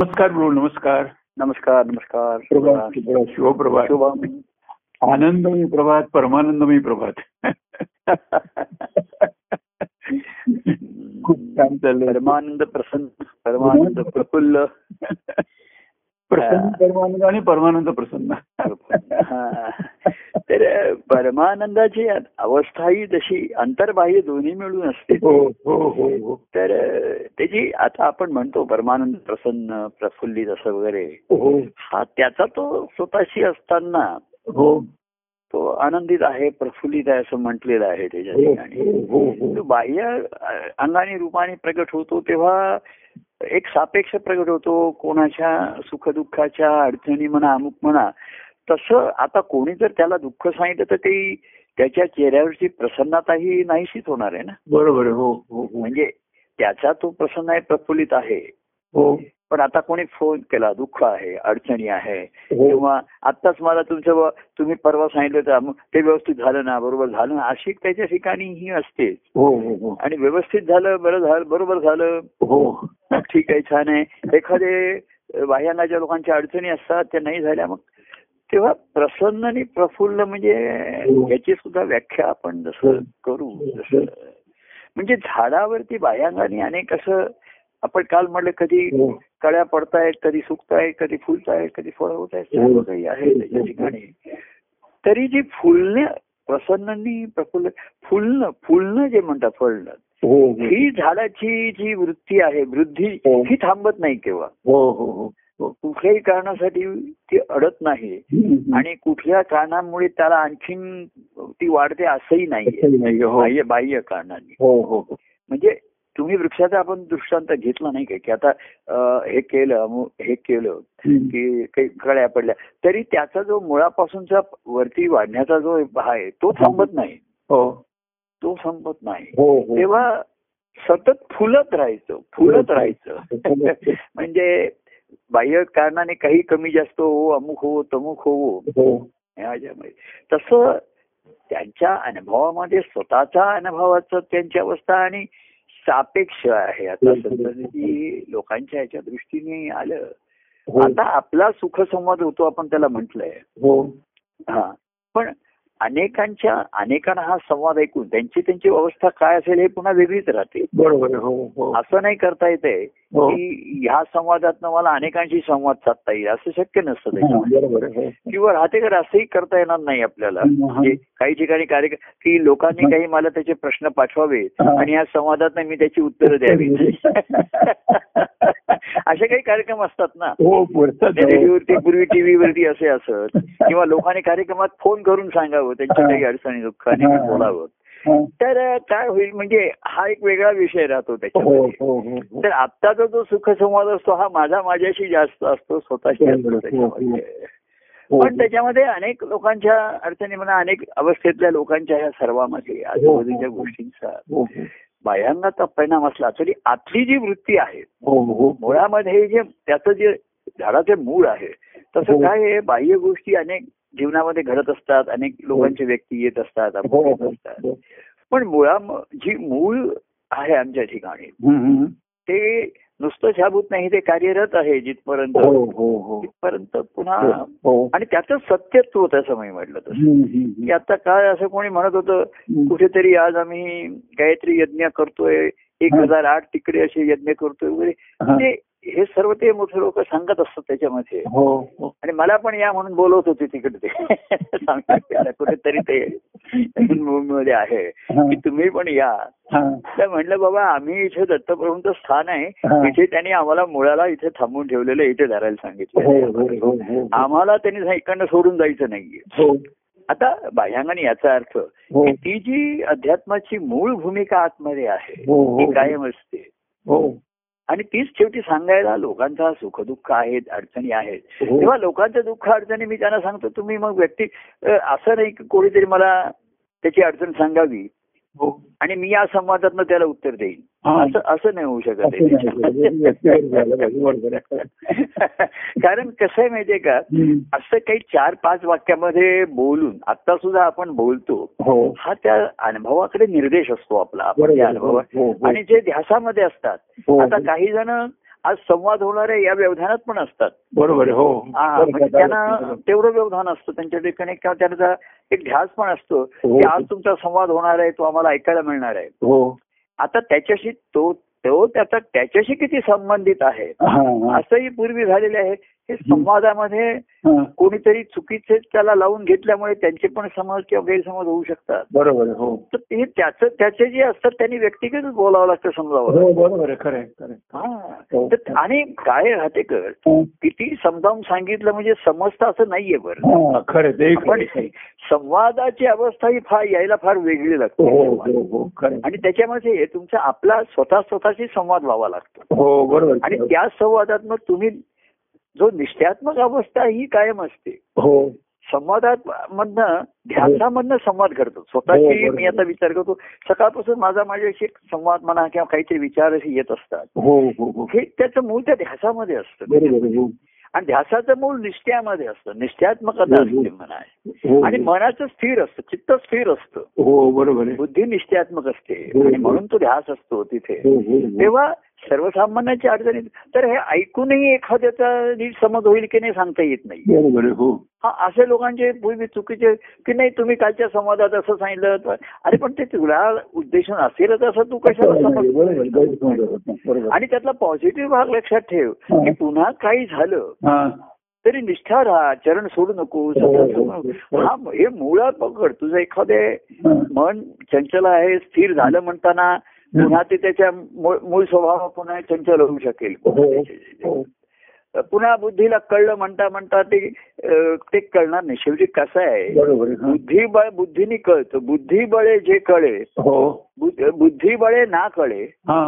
नमस्कार गुरु नमस्कार नमस्कार नमस्कार प्रभात प्रभात, शिवप्रभात शुभम आनंदमय प्रभात परमानंदमय प्रभात खूप छान चाललंय परमानंद प्रसन्न परमानंद प्रफुल्ल प्रसन्न परमानंद आणि परमानंद प्रसन्न हा. तर परमानंदाची अवस्था ही जशी अंतर्बाह्य दोन्ही मिळून असते हो हो हो हो तर त्याची आता आपण म्हणतो परमानंद प्रसन्न प्रफुल्लित असं वगैरे हो हा त्याचा तो स्वतःशी असताना हो तो आनंदित आहे प्रफुल्लित आहे असं म्हटलेलं आहे त्याच्या ठिकाणी हो हो तो बाह्य अ, अंगाने रूपाने प्रगट होतो तेव्हा एक सापेक्ष प्रगट होतो कोणाच्या सुखदुःखाच्या अडचणी म्हणा अमुक म्हणा तसं आता कोणी जर त्याला दुःख सांगितलं तर ते त्याच्या चेहऱ्यावरची प्रसन्नता ही नाहीशीच होणार आहे ना बरोबर आहे. हो हो हो म्हणजे त्याचा तो प्रसन्न आहे प्रफुल्लित आहे हो पण आता कोणी फोन केला दुःख आहे अडचणी आहे हो किंवा आत्ताच मला तुमचं व- तुम्ही परवा सांगितलं होतं अमुक, ते व्यवस्थित झालं ना बरोबर झालं ना अशी त्याच्या ठिकाणी ही असतेच हो हो आणि व्यवस्थित झालं बरं झालं बरोबर झालं हो ठीक आहे छान आहे एखादे बाह्यांगाच्या लोकांच्या अडचणी असतात त्या नाही झाल्या मग तेव्हा प्रसन्न आणि प्रफुल्ल म्हणजे याची सुद्धा व्याख्या आपण जसं करू जसं म्हणजे झाडावरती बाह्यांगाने अनेक असं आपण काल म्हटलं कधी हो कळ्या पडतायत कधी सुकतायत कधी फुलतायत कधी फळ होत आहेत सर्व काही आहे त्याच्या ठिकाणी तरी जी फुलणं प्रसन्नांनी प्रफुल्ल फुलणं फुलणं जे म्हणतात फळणं हो ही झाडाची जी वृत्ती आहे वृद्धी हो. ही थांबत नाही केव्हा हो हो हो हो कुठल्याही कारणासाठी ती अडत नाही हम्म. आणि कुठल्या कारणामुळे त्याला आणखीन ती वाढते असंही नाहीये असंही नाही, हो. बाह्य बाह्य कारणांनी हो हो हो म्हणजे तुम्ही वृक्षाचा आपण दृष्टांत घेतला नाही का की आता अं, हे केलं अमुक हे केलं हम्म. की काही कळ्या पडल्या तरी त्याचा जो मुळापासूनचा वरती वाढण्याचा जो आहे तो थांबत नाही हो तो संपत नाही हो हो तेव्हा सतत फुलत राहायचं फुलत राहायचं म्हणजे बाह्य कारणाने काही कमी जास्त हो अमुक हो तमुक हो हो याच्यामध्ये तसं त्यांच्या अनुभवामध्ये स्वतःचा अनुभवाचं त्यांची अवस्था आणि सापेक्ष आहे आता संतती लोकांच्या याच्या दृष्टीने आलं हो आता आपला सुखसंवाद होतो आपण त्याला म्हटलंय हो हा पण अनेकांच्या अनेकांना हा संवाद ऐकून त्यांची त्यांची अवस्था काय असेल हे पुन्हा वेगळीच राहते बरोबर आहे. हो हो असं नाही करता येते हो की ह्या संवादातनं मला अनेकांशी संवाद साधता येईल असं शक्य नसतं हा, त्याच्यामध्ये हो, बरोबर आहे. किंवा राहते का असंही करता येणार नाही आपल्याला हम्म, हा. म्हणजे काही ठिकाणी कार्य की लोकांनी काही मला त्याचे प्रश्न पाठवावेत हा. आणि या संवादात मी त्याची उत्तरं द्यावीत असे काही कार्यक्रम असतात ना म्हणजे हो पुरतात हो. रेडिओवरती पूर्वी टीव्ही वरती असे असत किंवा लोकांनी कार्यक्रमात फोन करून सांगावं त्यांच्या काही अडचणी दुःखाने हा. बोलावं हा. तर काय होईल म्हणजे हा एक वेगळा विषय राहतो हो त्याच्यामध्ये हो हो हो. तर आत्ताचा जो सुखसंवाद असतो हा माझा माझ्याशी जास्त असतो स्वतःशी असतो बरोबर. त्याच्यामध्ये हो. पण त्याच्यामध्ये अनेक लोकांच्या अडचणी म्हणा अनेक अवस्थेतल्या लोकांच्या या सर्वामध्ये आजूबाजूच्या गोष्टींचा हो बाह्यांगाचा परिणाम असला तरी आतली जी वृत्ती आहे हो हो मुळामध्ये जे त्याचं जे झाडाचे मूळ आहे हो. तसं काय आहे, बाह्य गोष्टी अनेक जीवनामध्ये घडत असतात अनेक लोकांचे व्यक्ती येत असतात हो आपण येत हो असतात हो. पण मुळा जी मूळ आहे आमच्या ठिकाणी हम्म, हम्म. ते नुसतं शाबूत नाही ते कार्यरत आहे जिथपर्यंत हो हो हो तिथपर्यंत हो, पुन्हा हो. आणि त्याचं सत्यत्व होतं असं मी म्हटलं तसं हम्म, हम्म, की हम्म. आता काय असं कोणी म्हणत होतं हम्म. कुठेतरी आज आम्ही गायत्री यज्ञ करतोय एक हा. हजार आठ तिकडे असे यज्ञ करतोय वगैरे हा. म्हणजे हे सर्व ते मोठे लोक सांगत असतात त्याच्यामध्ये हो हो आणि मला पण या म्हणून बोलवत होते तिकडे ते सांगतात त्याला कुठेतरी ते मध्ये आहे हा, की तुम्ही पण या हा, तर म्हणलं बाबा आम्ही इथे दत्तप्रभूंचं स्थान हा. आहे इथे त्यांनी आम्हाला मुळाला इथे थांबून ठेवलेलं आहे, इथे धरायला हो हो सांगितलं हो हो आम्हाला त्यांनी सा- इकडनं सोडून जायचं नाहीये हो आता बाह्यांगाने याचा अर्थ हो की ती जी अध्यात्माची मूळ भूमिका आतमध्ये आहे हो, हो, ती कायम असते हो आणि तीच शेवटी सांगायला लोकांचा सुखदुःख आहेत अडचणी आहेत हो. तेव्हा लोकांच्या दुःख अडचणी मी त्यांना सांगतो तुम्ही मग व्यक्ती अ, असं नाही की कोणीतरी मला त्याची अडचण सांगावी हो आणि मी या संवादातनं त्याला उत्तर देईन हा. असं असं नाही होऊ शकत असं नाही झालं. व्यक्तिगत झालं पाहिजे. बरोबर आहे. कारण कसं आहे माहितीये का हम्म. असं काही चार पाच वाक्यामध्ये बोलून आता सुद्धा आपण बोलतो हो हा त्या अनुभवाकडे निर्देश असतो आपला आपण बरोबर त्या आहे. हो, अनुभवा हो, हो. आणि जे ध्यासामध्ये असतात हो, आता हो. काही जण आज संवाद होणारे या व्यवधानात पण असतात बरोबर आहे, हो हा, बरं, म्हणजे बरोबर. त्यांना तेवढं व्यवधान असतं त्यांच्या ठिकाणी किंवा त्यांचा एक ध्यास पण असतो हो. की आज तुमचा संवाद होणार आहे तो आम्हाला ऐकायला मिळणार आहे हो आता त्याच्याशी तो तो त्याचा त्याच्याशी किती संबंधित आहे हा, हा, असंही पूर्वी झालेले आहे हे संवादामध्ये हा. कोणीतरी चुकीचे त्याला लावून घेतल्यामुळे त्यांचे पण समज किंवा गैरसमज होऊ शकतात बरोबर आहे, हो तर ते त्याचं त्याचे जे असतात त्यांनी व्यक्तिगतच बोलावं लागतं समजावं हो बरोबर आहे खरं आहे, खरं आहे. हा. हो. तर आणि काय राहते कर हा, किती समजावून सांगितलं म्हणजे समजतं असं नाहीये बरं हा, खरं आहे, ते पण खरं आहे. संवादाची अवस्था ही फार यायला फार वेगळी हो लागते हो हो खरं आहे. आणि त्याच्यामध्ये हे तुमचा आपला स्वतः स्वतःशी संवाद व्हावा लागतो हो बरोबर आणि आहे. त्या संवादात मग तुम्ही जो निष्ठ्यात्मक अवस्था ही कायम असते हो संवादात मधनं ध्यानामधनं संवाद घडतो स्वतःशी हो, बरोबर. मी आता विचार करतो सकाळपासून माझा माझ्याशी एक संवाद म्हणा किंवा काहीतरी विचार असे येत असतात हो हो हो हे त्याचं मूळ त्या ध्यासामध्ये असतं बरोबर आहे, हो आणि ध्यासाचं मूळ निष्ठ्यामध्ये असतं निष्ठ्यात्मकता हो, हो. असते म्हणा हो आणि मनाचं स्थिर असतं चित्त स्थिर असतं हो बरोबर आहे बुद्धी निश्चयात्मक असते हो, हो. आणि म्हणून तो ध्यास असतो तिथे हो हो हो. तेव्हा सर्वसामान्यांच्या अडचणी तर हे ऐकूनही एखाद्याचा नीट समज होईल की नाही सांगता येत नाही बरोबर आहे, हो हा असे लोकांचे पूर्वी चुकीचे की नाही तुम्ही कालच्या संवादात असं सांगितलं तर अरे पण ते तुला उद्देशून असेलच असं तू कशाला बरोबर आहे, समज बरोबर आहे, गैरसमज होत नाही, बरोबर आहे. आणि त्यातला पॉझिटिव्ह भाग लक्षात ठेव की पुन्हा काही झालं हा, तरी निष्ठा राहा चरण सोडू नको सतत हो, सोडू नको. हा हे मुळात पकड तुझं एखादे हा. मन चंचल आहे स्थिर झालं म्हणताना पुन्हा ते त्याच्या मूळ मूळ स्वभाव पुन्हा चंचल होऊ शकेल हो हो पुन्हा बुद्धीला कळलं म्हणता म्हणता ते अ, ते कळणार नाही शेवटी कसं आहे बरोबर आहे, हा. बुद्धिबळ बुद्धीने कळतं बुद्धिबळे जे कळे हो बुद्ध- बुद्धिबळे ना कळे हा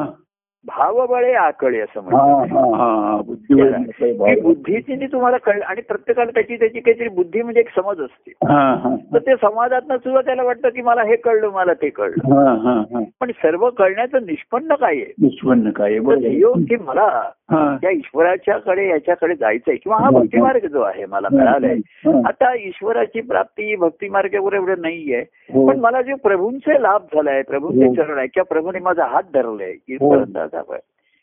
भावबळे आकळे असं हा म्हणतात हा हा हा. बुद्धिबळ नसतंय की भाव. बुद्धीने तुम्हाला कळलं आणि प्रत्येकाला त्याची त्याची काहीतरी बुद्धी म्हणजे एक समज असते हा हा तर ते संवादातनं सुद्धा त्याला वाटतं की मला हे कळलं मला ते कळलं हा हा हा पण सर्व कळण्याचं निष्पन्न काय आहे निष्पन्न काय आहे, तर बरोबर आहे. योग की मला हा त्या ईश्वराच्याकडे याच्याकडे जायचंय किंवा हा भक्तिमार्ग जो आहे मला मिळालाय हा. आता ईश्वराची प्राप्ती भक्तिमार्ग वगैरे एवढं नाहीये हो. पण मला जे प्रभूंचे लाभ झालाय प्रभूंचे हो. चरण आहे किंवा प्रभूने माझा हात धरलाय ईश्वराचा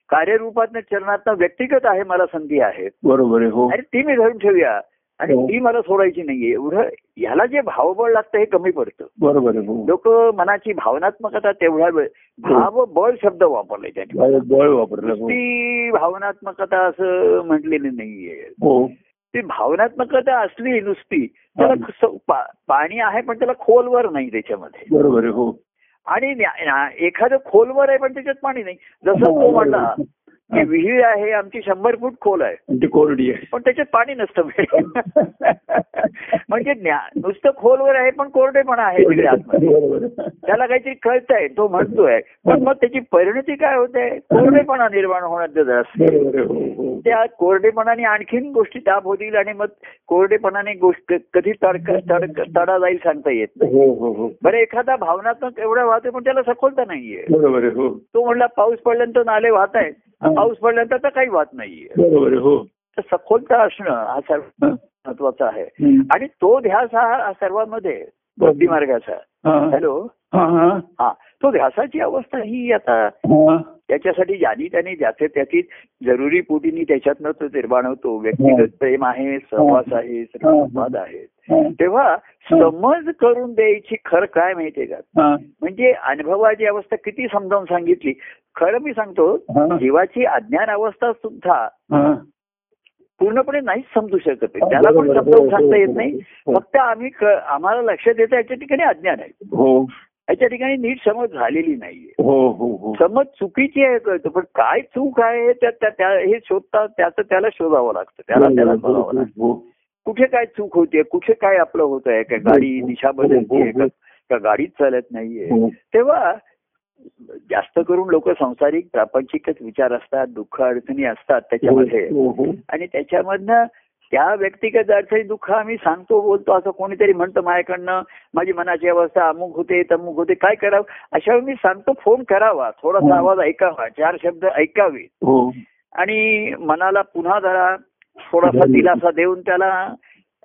कार्यरूपात चरणात व्यक्तिगत आहे मला संधी आहे बरोबर आहे हो आणि ती मी धरून ठेवूया आणि हो. ती मला सोडायची नाहीये एवढं ह्याला जे भावबळ लागतं हे कमी पडतं बरोबर आहे हो लोक मनाची भावनात्मकता तेवढा वेळ भाव बळ शब्द वापरले त्यांनी बळ- बळ वापरलं हो ती भावनात्मकता असं म्हटलेली नाहीये हो ती भावनात्मकता असली नुसती त्याला हा. स- पा- पाणी आहे पण त्याला खोलवर नाही त्याच्यामध्ये बरोबर आहे हो आणि न्या- न्या- एखादं खोलवर आहे पण त्याच्यात पाणी नाही जसं तो म्हणला की हो, हा. विहीर आहे आमची शंभर फूट खोल आहे आणि ती कोरडी आहे पण त्याच्यात पाणी नसतं म्हणजे न्या- नुसतं खोलवर आहे पण कोरडे पण आहे तिकडे आतमध्ये बरोबर आहे. त्याला काहीतरी कळतंय तो म्हणतोय पण मग त्याची परिणती काय होते कोरडेपणा निर्माण होण्याचं जास्त बरोबर आहे, हो हो त्या कोरडेपणाने आणखीन गोष्टी दाब होतील आणि मग कोरडेपणाने गोष्ट कधी तडक तडक तडा जाईल सांगता येत नाही. हो हो हो बरं एखादा भावनात्मक एवढा वाहतोय पण त्याला सखोलता नाहीये बरोबर आहे हो तो म्हणला पाऊस पडल्यानंतर नाले वाहत आहेत पाऊस पडल्यानंतर तर काही वाहत नाहीये बरोबर आहे हो तर सखोलता असणं हा सर्व महत्वाचा आहे हम्म. आणि तो ध्यास हा हा सर्वांमध्ये भक्तिमार्गाचा हा. हॅलो हा, हा. हा तो ध्यासाची अवस्था ही आता हा. त्याच्यासाठी ज्यानी त्याने ज्याचे त्याची जरुरी पोटीनी त्याच्यातनं तो निर्माण होतो हो. व्यक्तिगत प्रेम आहे सहवास आहे संवाद आहे हा. तेव्हा हो. समज करून द्यायची खरं काय माहितीये का हा. म्हणजे अनुभवाची अवस्था किती समजावून सांगितली खरं मी सांगतो हा. जीवाची अज्ञान अवस्था सुद्धा हा. पूर्णपणे नाहीच समजू शकत आहे. त्याला पण बरोबर, समजावून हो, सांगता हो, येत हो, नाही हो. फक्त आम्ही क- आम्हाला लक्षात येतं याच्या ठिकाणी अज्ञान आहे हो याच्या ठिकाणी नीट समज झालेली नाहीये हो हो हो समज चुकीची आहे कळतं पण काय चूक आहे हे त्या- त्या- त्या- हे शोधता त्याचं त्याला शोधावं लागतं त्याला त्याला बरोबर, बघावं लागतं हो, कुठे काय चूक होते कुठे काय आपलं होत आहे का गाडी दिशा बदलते का, का गाडीच चालत नाहीये हो. तेव्हा जास्त करून लोक संसारिक प्रापंचिकच विचार असतात दुःख अडचणी असतात त्याच्यामध्ये हो, हो. आणि त्याच्यामधनं त्या व्यक्तिगत अडचणी दुःख आम्ही सांगतो बोलतो असं कोणीतरी म्हणतं माझ्याकडनं माझी मनाची अवस्था अमुक होते तमुक होते काय करावं अशा वेळी मी सांगतो फोन करावा थोडासा आवाज ऐकावा चार शब्द ऐकावे हो आणि मनाला पुन्हा जरा थोडासा दिलासा देऊन त्याला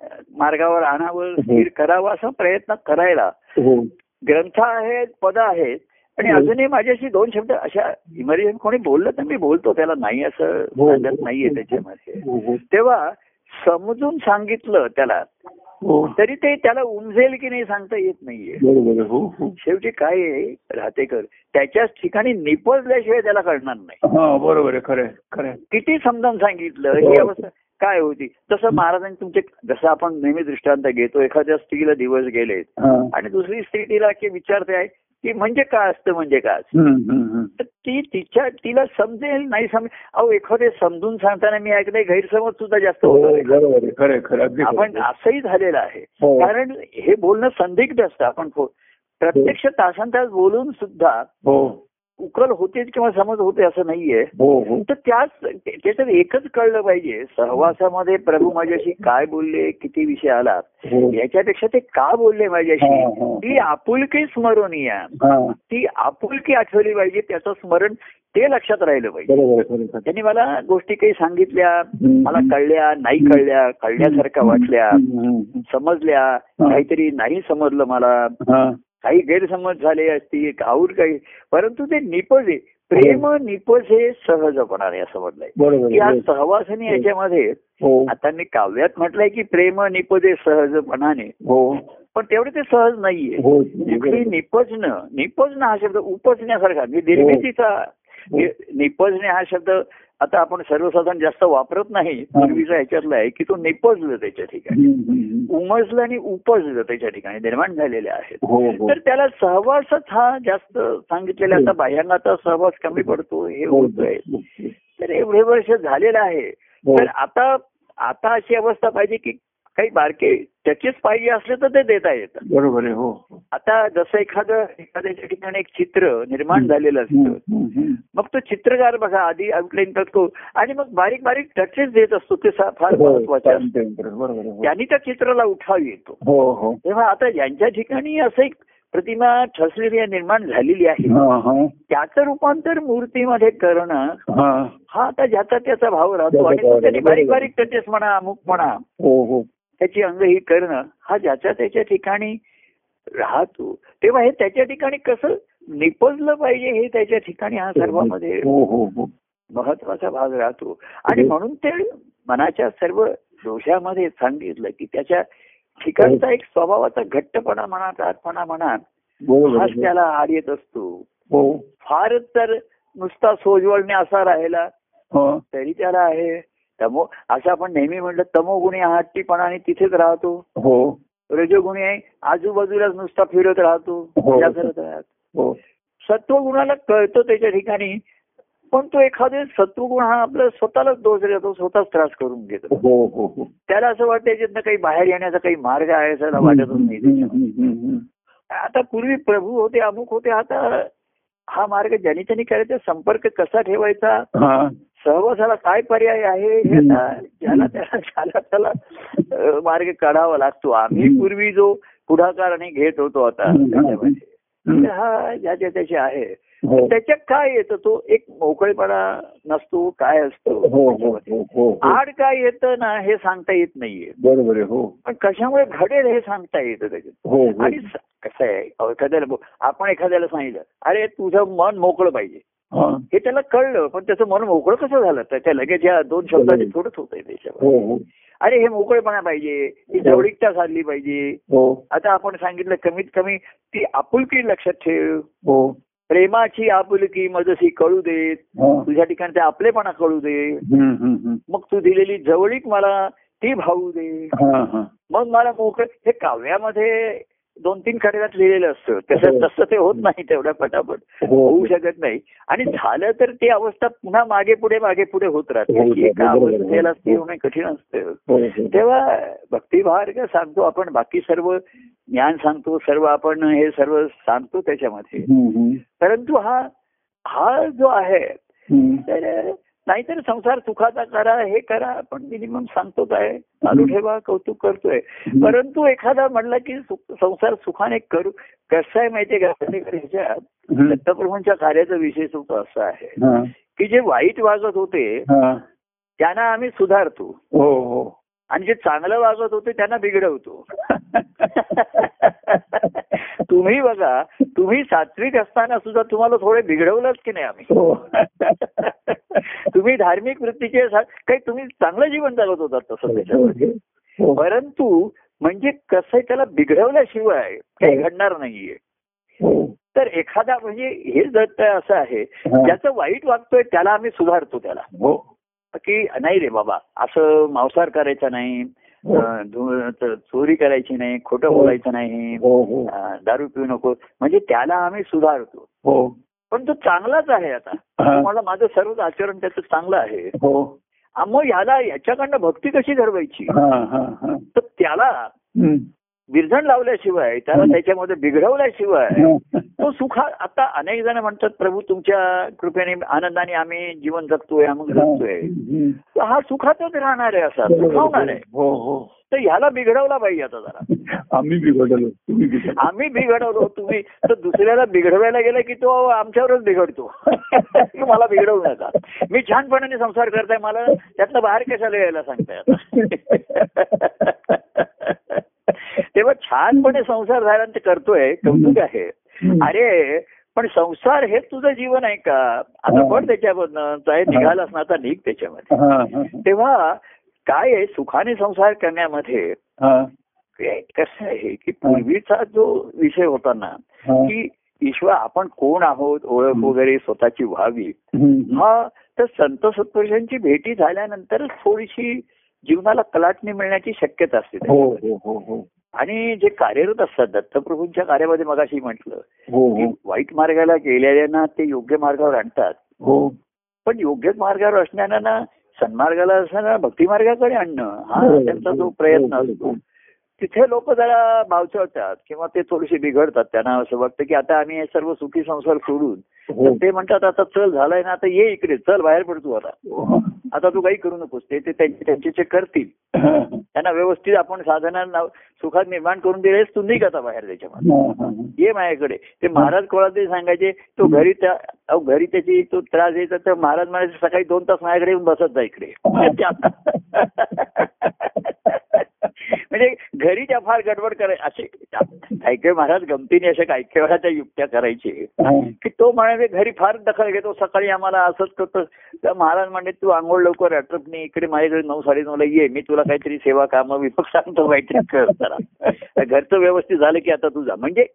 अं, मार्गावर आणावं स्थिर करावं असा प्रयत्न करायला हो ग्रंथ आहेत पद आहेत आणि अजूनही माझ्याशी दोन शब्द अशा इमर्जन्सी कोणी बोललं तर मी बोलतो त्याला नाही असं हो. सांगत नाहीये त्याच्यामध्ये हो, हो. तेव्हा समजून सांगितलं त्याला हो. तरी ते त्याला उमजेल की नाही सांगता येत नाहीये बरोबर आहे. हो हो शेवटी काय आहे, राहतेकर त्याच्याच ठिकाणी निपजल्याशिवाय त्याला कळणार नाही हा बरोबर आहे खरं आहे, खरं आहे. किती समजावून सांगितलं ही अवस्था काय होती तसं महाराजांनी तुमचे जसं आपण नेहमी दृष्टांत घेतो एखाद्या स्त्रीला दिवस गेले हा. आणि दुसरी स्त्री तिला की विचारते आहे की म्हणजे काय असतं म्हणजे काय असतं हम्म, हम्म, हम्म. तर ती तिच्या तिला समजेल नाही समजेल अहो एखादे समजून सांगताना मी ऐकले गैरसमज सुद्धा जास्त हो, होतो बरोबर आहे खरं आहे, खरं आहे, अगदी खरं आपण आहे. असंही झालेलं आहे हो. कारण हे बोलणं संदिग्ध असतं आपण खो- प्रत्यक्ष तासन तास बोलून सुद्धा हो उकल होते किंवा समज होते असं नाहीये हो हो तर त्याच ते- त्याच्यात एकच कळलं पाहिजे सहवासामध्ये प्रभू माझ्याशी काय बोलले किती विषय आला हो. याच्यापेक्षा ते का बोलले हा, माझ्याशी हा. ती आपुलकी स्मरणीय हा, ती आपुलकी आठवली पाहिजे त्याचं स्मरण ते लक्षात राहिलं पाहिजे बरोबर आहे, खरं आहे, खरं आहे. त्यांनी मला गोष्टी काही सांगितल्या हम्म. मला कळल्या नाही कळल्या कळण्यासारख्या वाटल्या हम्म, हम्म, समजल्या काहीतरी नाही समजलं मला हम्म. हा. काही गैरसमज झाले असतील आऊर काही परंतु ते निपजे प्रेम हो. निपज हे सहजपणाने असं म्हटलंय बरोबर की हा आहे. सहवासनी याच्यामध्ये हो आता मी काव्यात म्हटलंय की प्रेम निपजे सहजपणाने हो पण तेवढे ते सहज नाहीये हो इकडे निपजणं निपजणं हा शब्द उपजण्यासारखा मी निर्मितीचा हो. नि- निपजणे हा शब्द आता आपण सर्वसाधारण जास्त वापरत नाही पूर्वीचा ह्याच्यातला आहे की तो निपजलं त्याच्या ठिकाणी हम्म, हम्म, हम्म. उमजलं आणि उपजलं त्याच्या ठिकाणी निर्माण झालेले आहेत हो हो तर त्याला सहवासच हा जास्त सांगितलेला आता बाह्यांगाचा सहवास कमी पडतो हे होतोय तर एवढे वर्ष झालेलं आहे हो. तर आता आता अशी अवस्था पाहिजे की काही बारके टचेस पाहिजे असले तर ते देता येतात बरोबर आहे हो हो. आता जसं एखादं एखाद्याच्या ठिकाणी एक चित्र निर्माण झालेलं असतं हम्म, हम्म. मग तो चित्रकार बघा आधी आउटलाईन करतो आणि मग बारीक बारीक टचेस देत असतो ते सा- फार हो, महत्वाचे असतात चालतंय, बरोबर आहे, हो. त्यांनी त्या चित्राला उठाव येतो हो हो तेव्हा आता ज्यांच्या ठिकाणी असं एक प्रतिमा ठसलेली आहे, निर्माण झालेली आहे हा हा त्याचं रूपांतर मूर्तीमध्ये करणं हा हा आता ज्याचा त्याचा भाव राहतो ज्याचा आणि भाव तो त्यांनी राहतो, बारीक बरोबर. बारीक टचेस म्हणा अमुक म्हणा हो हो त्याची अंग ही करणं हा ज्याच्या त्याच्या ठिकाणी राहतो तेव्हा हे त्याच्या ठिकाणी कसं निपजलं पाहिजे हे त्याच्या ठिकाणी हा सर्वांमध्ये हो हो हो महत्वाचा भाग राहतो आणि म्हणून ते मनाच्या सर्व दोषामध्ये सांगितलं की त्याच्या ठिकाणचा एक स्वभावाचा घट्टपणा म्हणा ताटपणा म्हणा बरोबर हाच आहे, त्याला आड येत असतो हो फार तर नुसता सोजवळणे असा राहिला हो तरी त्याला आहे तमो असं आपण नेहमी म्हटलं तमोगुणी हा हट्टीपणाने तिथेच राहतो हो रजोगुणी आहे आजूबाजूलाच नुसता फिरत राहतो हो. मजा करत राहतो. हो सत्वगुणाला कळतो त्याच्या ठिकाणी पण तो एखादे सत्वगुण हा आपला स्वतःलाच दोष देतो स्वतःच त्रास करून घेतो हो हो हो त्याला असं वाटतं याच्यातनं काही बाहेर येण्याचा काही मार्ग आहे असं त्याला वाटतच नाही हम्म, त्याच्यामध्ये. हम्म, हम्म, हम्म. आता पूर्वी प्रभू होते अमुक होते आता हा मार्ग ज्याने त्याने करायचा संपर्क कसा ठेवायचा हा सहवासाला काय पर्याय आहे हे हम्म. आता ज्याला त्याला ज्याला त्याला अ, मार्ग काढावा लागतो आम्ही हम्म. पूर्वी जो पुढाकार आणि घेत होतो आता हम्म. त्याच्यामध्ये हम्म. तर हा ज्याच्या त्याचे आहे हो त्याच्यात काय येतं तो एक मोकळेपणा नसतो काय असतो हो हो हो हो हो. आड काय येतं ना हे सांगता येत नाहीये बरोबर आहे हो पण कशामुळे घडेल हे सांगता येतं त्याच्यात हो हो आणि स- कसं आहे अहो, एखाद्याला बो- आपण एखाद्याला सांगितलं अरे तुझं मन मोकळं पाहिजे हा. हे त्याला कळलं पण त्याचं मन मोकळं कसं झालं त्याच्या लगेच या दोन शब्दांनी थोडंच होत आहे त्याच्यावर हो हो अरे हे मोकळेपणा पाहिजे ही जवळीकता साधली पाहिजे हो आता आपण सांगितलं कमीत कमी ती आपुलकी लक्षात ठेव हो प्रेमाची आपुलकी मजसी कळू देत हा. तुझ्या ठिकाणी ते आपलेपणा कळू दे हम्म, हम्म, हम्म. मग तू दिलेली जवळीक मला ती भाऊ दे हा हा मग मला मोकळ हे काव्यामध्ये दोन तीन खड्यात लिहिलेलं असतं तसं तसं ते होत नाही तेवढ्या पटापट हो होऊ शकत नाही आणि झालं तर ती अवस्था पुन्हा मागे पुढे मागे पुढे होत राहते होत ही एका राहते, बरोबर. अवस्थेला स्थिर होणे कठीण असतं हो हो तेव्हा भक्तिभार्ग सांगतो आपण बाकी सर्व ज्ञान सांगतो सर्व आपण हे सर्व सांगतो त्याच्यामध्ये हम्म, हम्म. परंतु हा हा जो आहे हम्म. तर नाहीतर संसार सुखाचा करा हे करा आपण मिनिमम सांगतोच आहे चालू ठेवा कौतुक करतोय परंतु एखादा म्हणला की सुख- संसार सुखाने करू कसं आहे माहितीये का खांडेकर ह्याच्यात हम्म. दत्तप्रभूंच्या कार्याचा विषय सुद्धा असा आहे हा, की जे वाईट वागत होते हा. त्यांना आम्ही सुधारतो हो हो आणि जे चांगलं वागत होते त्यांना बिघडवतो तुम्ही बघा तुम्ही सात्विक असताना सुद्धा तुम्हाला थोडे बिघडवलंच की नाही आम्ही हो तुम्ही धार्मिक वृत्तीचे असाल, काही तुम्ही चांगलं जीवन जगत होता तसं त्याच्यावर हो. परंतु म्हणजे कसं आहे, त्याला बिघडवल्याशिवाय काही घडणार नाहीये हो. तर एखादा म्हणजे हे दत्त असं आहे हा. ज्याचं वाईट वागतोय त्याला आम्ही सुधारतो त्याला हो. की नाही रे बाबा असं मांसाहार करायचा नाही हो. अं, धु- त- चोरी करायची नाही खोटं हो. बोलायचं नाही हो, हो. अं, दारू पिऊ नको म्हणजे त्याला आम्ही सुधारतो हो. पण तो चांगलाच आहे आता हा. मला माझं सर्वच आचरण त्याचं चांगलं आहे हो. अं, मग ह्याला याच्याकडनं भक्ती कशी घडवायची हा, हा, हा. तर त्याला हम्म. विरजण लावल्याशिवाय त्याला त्याच्यामध्ये बिघडवल्याशिवाय तो सुखा आता अनेक जण म्हणतात प्रभू तुमच्या कृपेने आनंदाने आम्ही जीवन जगतोय आम्ही जगतोय हम्म. तर हा सुखातच राहणार आहे असा सुखावणार आहे हो हो तर ह्याला बिघडवला पाहिजे आता जरा आम्ही बिघडलो तुम्ही बिघडलो आम्ही बिघडवलो तुम्ही तर दुसऱ्याला बिघडवायला गेला की तो आमच्यावरच बिघडतो की मला बिघडवू नका मी छानपणाने संसार करताय मला त्यातनं बाहेर कशाला यायला सांगताय आता तेव्हा छानपणे संसार झाला आणि ते करतोय कौतुक आहे अरे पण संसार हे तुझं जीवन आहे का हो. आता पण त्याच्यामधनं चाहे निघालास ना आता निघ त्याच्यामध्ये हा, हा, तेव्हा काय आहे सुखाने संसार करण्यामध्ये हा, ते कसं आहे की पूर्वीचा जो विषय होता ना हा. की ईश्वर आपण कोण आहोत ओळख वगैरे स्वतःची व्हावी हम्म. हा तर संत सत्पुरुषांची भेटी झाल्यानंतरच थोडीशी जीवनाला कलाटणी मिळण्याची शक्यता असते हो त्याच्यामध्ये. हो हो हो आणि जे कार्यरत असतात दत्तप्रभूंच्या कार्यामध्ये मगाशी म्हटलं हो की वाईट मार्गाला गेलेल्यांना ते योग्य मार्गावर आणतात हो पण योग्य मार्गावर असणाऱ्यांना सन्मार्गाला असणाऱ्या भक्ती मार्गाकडे आणणं हा हो, त्यांचा जो हो, प्रयत्न हो, असतो हो. तिथे लोक जरा भावचळतात किंवा ते थोडेसे बिघडतात त्यांना असं वाटतं की आता आम्ही हे सर्व सुखी संसार सोडून तर हो. ते म्हणतात आता चल झालाय ना आता ये इकडे चल बाहेर पड तू आता हो. आता तू काही करू नकोस ते ते त्यांचे त्यांचे ते करतील हा, त्यांना व्यवस्थित आपण साधना सुखात निर्माण करून दिलेस तू निघ आता बाहेर त्याच्यामध्ये हा, हा. ये माझ्याकडे ते महाराज कोणाला तरी सांगायचे तो घरी त्या अहो, घरी त्याची तो त्रास द्यायचा तर महाराज म्हणायचे सकाळी दोन तास माझ्याकडे येऊन बसत जा इकडे म्हणजे घरी त्या फार गडबड कराय असे काही काही महाराज गमतीने अशा काही काही वेळा त्या युक्त्या करायचे हा. की तो म्हणाले घरी फार दखल घेतो सकाळी आम्हाला असंच करतो तर महाराज म्हणजे तू आंघोळ लवकर आटप नाही इकडे माझ्याकडे नऊ साडे ला ये मी तुला काहीतरी सेवा काम विपक्ष सांगतो काहीतरी कर जरा तर घरचं व्यवस्थित झालं की आता तुझा म्हणजे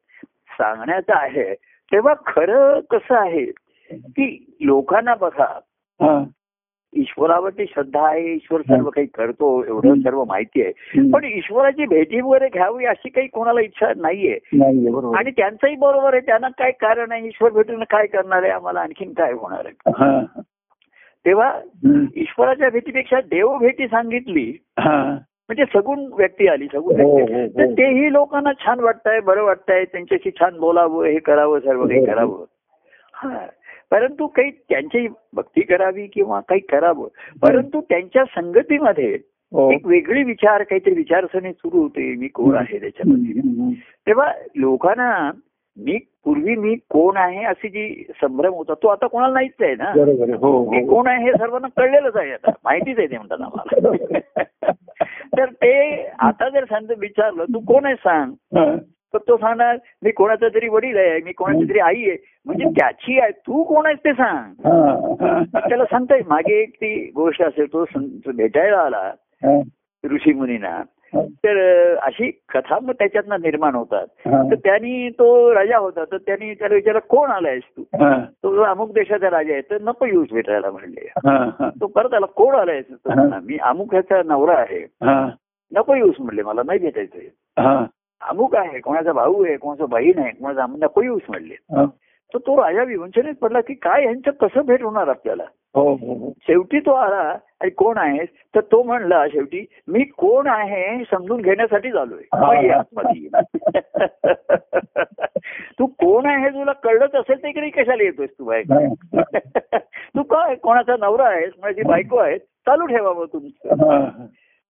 सांगण्याचं आहे तेव्हा खरं कसं आहे की लोकांना बघा हा. ईश्वरावरती श्रद्धा आहे ईश्वर सर्व काही करतो एवढं सर्व माहिती आहे पण ईश्वराची भेटी वगैरे घ्यावी अशी काही कोणाला इच्छा नाहीये नाहीये, बरोबर. आणि त्यांचंही बरोबर आहे त्यांना काय कारण आहे ईश्वर भेटून काय करणार आहे आम्हाला आणखीन काय होणार आहे हा. तेव्हा हम्म. ईश्वराच्या भेटीपेक्षा देव भेटी सांगितली हा. म्हणजे सगुण व्यक्ती आली सगुण हो, व्यक्ती हो, हो. तर तेही लोकांना छान वाटतंय बरं वाटतंय त्यांच्याशी छान बोलावं हे करावं सर्व काही हो. करावं हा. परंतु काही त्यांची भक्ती करावी किंवा काही करावं परंतु त्यांच्या संगतीमध्ये हो. एक वेगळी विचार काहीतरी विचारसरणी सुरू होते मी कोण आहे त्याच्यामध्ये हम्म. तेव्हा लोकांना मी पूर्वी मी कोण आहे अशी जी संभ्रम होता तो आता कोणाला नाहीच आहे ना बरोबर आहे. हो मी हो कोण आहे हे सर्वांना कळलेलंच आहे आता माहितीच आहे ते म्हणतात आम्हाला तर ते आता जर संत विचारलं तू कोण आहे सांग हा. तर तो सांगणार मी कोणाचा तरी वडील आहे मी कोणाची तरी आई आहे म्हणजे त्याची आहे तू कोण आहेस ते सांग हा. त्याला सांगता येईल मागे एक ती गोष्ट असेल तो संत भेटायला आला हा. ऋषी मुनींना हा. तर अशी कथा मग त्याच्यातनं निर्माण होतात हा. तर त्यांनी तो राजा होता तर त्यांनी त्याला विचारलं कोण आलायस तू हा. तो अमुक देशाचा राजा आहे तर नको येऊस भेटायला म्हणले हा. हा. तो परत आला कोण आलायस तो म्हणाला, मी अमुक ह्याचा नवरा आहे हा. नको येऊस म्हणले मला नाही भेटायचंय हा. अमुक आहे कोणाचा भाऊ आहे कोणाचा बहीण आहे कोणाचा आम- नको येऊस म्हणले हा. तर तो राजा विवंचनेत पडला की काय ह्यांचं कसं भेट होणार आपल्याला हो हो हो. शेवटी तो आला आणि कोण आहेस तर तो म्हणला शेवटी मी कोण आहे हे समजून घेण्यासाठी आलोय मग ये आतमध्ये ये. तू कोण आहे हे तुला कळलंच असेल तर इकडे कशाला येतोस तू बाहेर हा. तू काय कोणाचा नवरा आहेस माझी बायको आहे चालू ठेवा मग तुमचं हा.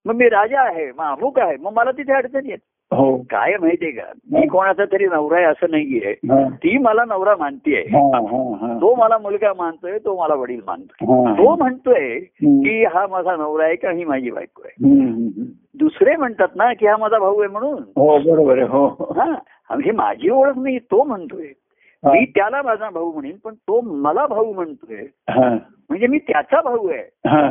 मग मी राजा आहे मग अमुक आहे मग मला तिथे अडचण येत हो काय माहितीये का मी कोणाचा तरी नवरा आहे असं नाहीये हा. ती मला नवरा मानतीये हा. हा. हा. तो मला मुलगा मानतोय तो मला वडील मानतोय हा. तो म्हणतोय हम्म. की हा माझा नवरा आहे का ही माझी बायको आहे हम्म. दुसरे म्हणतात ना की हा माझा भाऊ आहे म्हणून हो बरोबर आहे हो हा हे माझी ओळख नाही तो म्हणतोय हा. मी त्याला माझा भाऊ म्हणेन पण तो मला भाऊ म्हणतोय हा, म्हणजे मी त्याचा भाऊ आहे हा,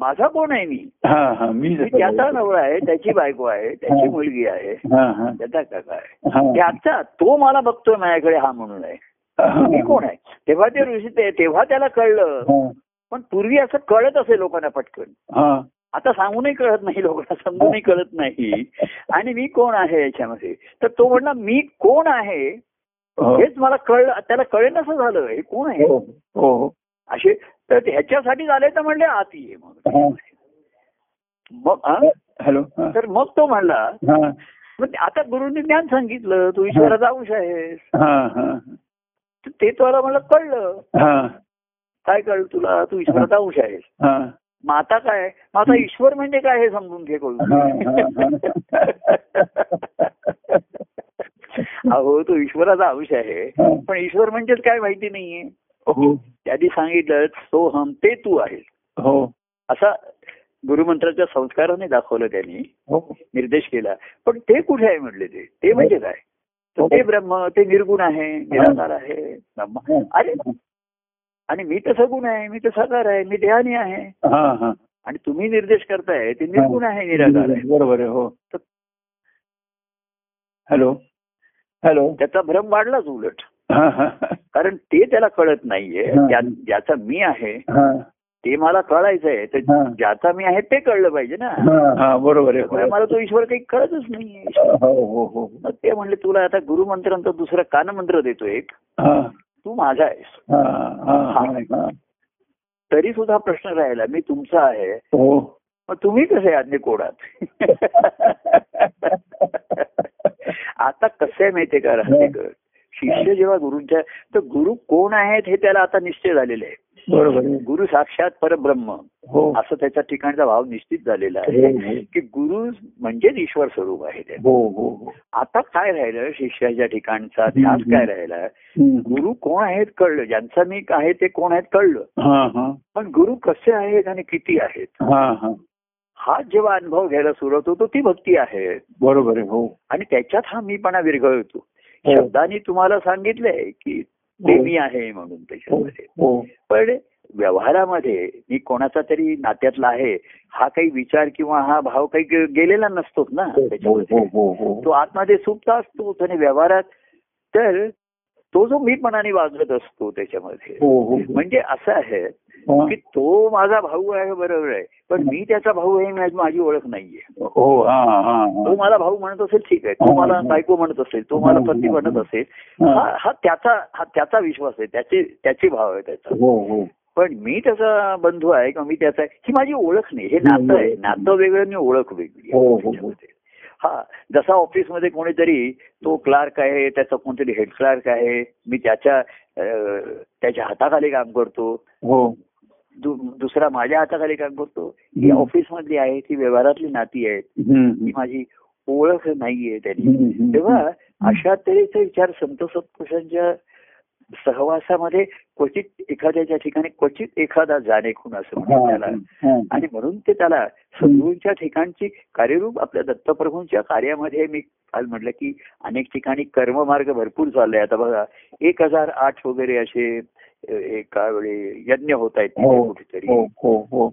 माझा कोण आहे मी हा, हा, मी मी जसा त्याचा बोलतो. नवरा आहे त्याची बायको आहे त्याची हा. मुलगी आहे हा, हा, त्याचा काका आहे हा. त्याचा तो मला बघतोय माझ्याकडे हा म्हणून आहे हा, मी कोण आहे तेव्हा ते ऋषी ते- तेव्हा त्याला कळलं हा, पण पूर्वी असं कळत असे लोकांना पटकन हा, आता सांगूनही कळत नाही लोकांना समजूनही कळत नाही आणि मी कोण आहे याच्यामध्ये तर तो म्हणला मी कोण आहे हो, हेच मला कळलं त्याला कळेल असं झालं हे कोण आहे हो, हो, असे तर ते ह्याच्यासाठी झाले तर म्हणले आती आहे मग हा. मग हा? हॅलो हा, तर मग तो म्हणला हा, मग आता गुरुंनी ज्ञान सांगितलं तू ईश्वराचा अंश आहेस हा, हा, तर ते तुला मला कळलं हा, काय कळलं तुला तू ईश्वराचा अंश आहेस हा, मग आता काय मग आता ईश्वर म्हणजे काय हे समजून घे कळून हा, हा, अहो तो ईश्वराचा अंश आहे हा. पण ईश्वर म्हणजेच काय माहिती नाहीये हो, त्याआधी सांगितलं तो हम ते तू आहेस हो, असा गुरुमंत्राच्या संस्काराने दाखवलं त्यांनी हो, निर्देश केला पण ते कुठे आहे म्हटले ते ते म्हणजे काय तर ते ब्रह्म ते निर्गुण आहे निराकार आहे ब्रह्म अरे आणि मी तर सगुण आहे मी तर साकार आहे मी देहानी आहे हा, हा. आणि तुम्ही निर्देश करताय ते निर्गुण आहे निराकार आहे बरोबर आहे हो हॅलो हॅलो त्याचा भ्रम वाढलाच उलट हा, हा, कारण ते त्याला कळत नाहीये हा. ज्या- ज्याचा मी आहे हा, ते मला कळायचं आहे हा. तर ज्याचा मी आहे ते कळलं पाहिजे ना हा, हा, बरोबर आहे त्यामुळे मला तो ईश्वर काही कळतच नाहीये हो हो हो मग ते म्हणले तुला आता गुरुमंत्रांचा दुसरा कानमंत्र देतो एक हा, तू माझा आहेस हा, हा, हा, हा. तरी सुद्धा प्रश्न राहिला मी तुमचा आहे हो मग तुम्ही कसे आज्ञे कोडात आता कसं आहे माहितीये का राहतेकर शिष्य जेव्हा गुरुंच्या तर गुरु कोण आहेत हे त्याला आता निश्चय झालेले आहे बरोबर आहे गुरु साक्षात परब्रह्म हो असं त्याच्या ठिकाणचा भाव निश्चित झालेला हो, आहे हो. की गुरु म्हणजेच ईश्वर स्वरूप आहे ते हो हो हो आता काय राहिलं शिष्याच्या ठिकाणचा ध्यास हम्म. काय राहिला हम्म. गुरु कोण आहेत कळलं ज्यांचा मी आहे ते कोण आहेत कळलं हा हा पण गुरु कसे आहेत आणि किती आहेत हा हा हा जेव्हा अनुभव घ्यायला सुरुवात होतो ती भक्ती आहे बरोबर आहे हो आणि त्याच्यात हा मीपणा विरघळतो हो. शब्दांनी तुम्हाला सांगितलंय की ते हो. मी आहे म्हणून हो त्याच्यामध्ये हो पण व्यवहारामध्ये मी कोणाचा तरी नात्यातला आहे हा काही विचार किंवा हा भाव काही गे- गेलेला नसतोच ना हो त्याच्यामध्ये हो हो तो आतमध्ये सुप्त असतोच आणि व्यवहारात तर तो जो मीपणाने वागत असतो त्याच्यामध्ये हो हो म्हणजे असं आहे की तो माझा भाऊ आहे बरोबर आहे पण मी त्याचा भाऊ आहे माझी- माझी ओळख नाहीये हो हा हा तो मला भाऊ म्हणत असेल ठीक आहे तो मला बायको म्हणत असेल तो मला पती म्हणत असेल हा हा त्याचा हा त्याचा विश्वास आहे त्याचे त्याचे भाव आहे त्याचा हो हो पण मी त्याचा बंधू आहे किंवा मी त्याचा आहे ही माझी ओळख नाही हे नातं आहे नातं वेगळं आणि ओळख वेगळी हो, हो, आहे हो. त्याच्यामध्ये. हा जसा ऑफिसमध्ये कोणीतरी तो क्लार्क आहे त्याचा कोणतरी हेड क्लार्क आहे मी त्याच्या अं, त्याच्या हाताखाली काम करतो हो दु- दुसरा माझ्या हाताखाली काम करतो ही हम्म. ऑफिसमधली आहे ती व्यवहारातली नाती आहेत हम्म, ही हम्म. माझी ओळख नाहीये त्याची हम्म, हम्म. तेव्हा अशा तऱ्हेचा विचार संत सत्पुरुषांच्या सहवासामध्ये क्वचित एखाद्याच्या ठिकाणी क्वचित एखादा जाणे खून असं म्हणतात त्याला हा, आणि म्हणून ते त्याला सद्गुरूंच्या ठिकाणची कार्यरूप आपल्या दत्तप्रभूंच्या कार्यामध्ये मी काल म्हटलं की अनेक ठिकाणी कर्ममार्ग भरपूर चाललाय आता बघा एक हजार आठ वगैरे असे अ, एका वेळी यज्ञ होत आहेत हो, तिथे कुठेतरी हो हो हो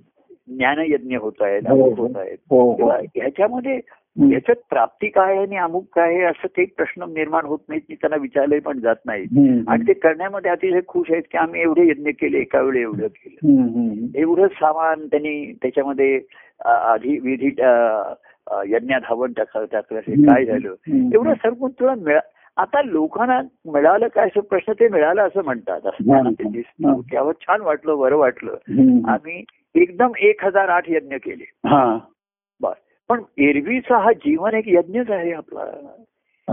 ज्ञानयज्ञ होत आहेत हो, अमुक होत आहेत हो हो तेव्हा ह्याच्यामध्ये हम्म. याच्यात प्राप्ती काय आहे आणि अमुक काय आहे असं काही प्रश्न निर्माण होत नाहीत की त्यांना विचारले पण जात नाहीत हम्म, आणि ते करण्यामध्ये अतिशय खुश आहेत की आम्ही एवढे यज्ञ केले एका वेळी एवढं केलं हम्म, हम्म. एवढं सामान त्यांनी त्याच्यामध्ये अ, आधी विधी अ, अ, यज्ञात हवन टाका टाकलं काय झालं हम्म. एवढं सर्व तुला मिळा आता लोकांना मिळालं काय असं प्रश्न ते मिळालं असं म्हणतात असं त्यांना ते दिसतं. त्यावर छान वाटलं बरं वाटलं हम्म. आम्ही एकदम एक हजार आठ यज्ञ केले हा बस पण एरवीचा हा जीवन एक यज्ञच आहे आपला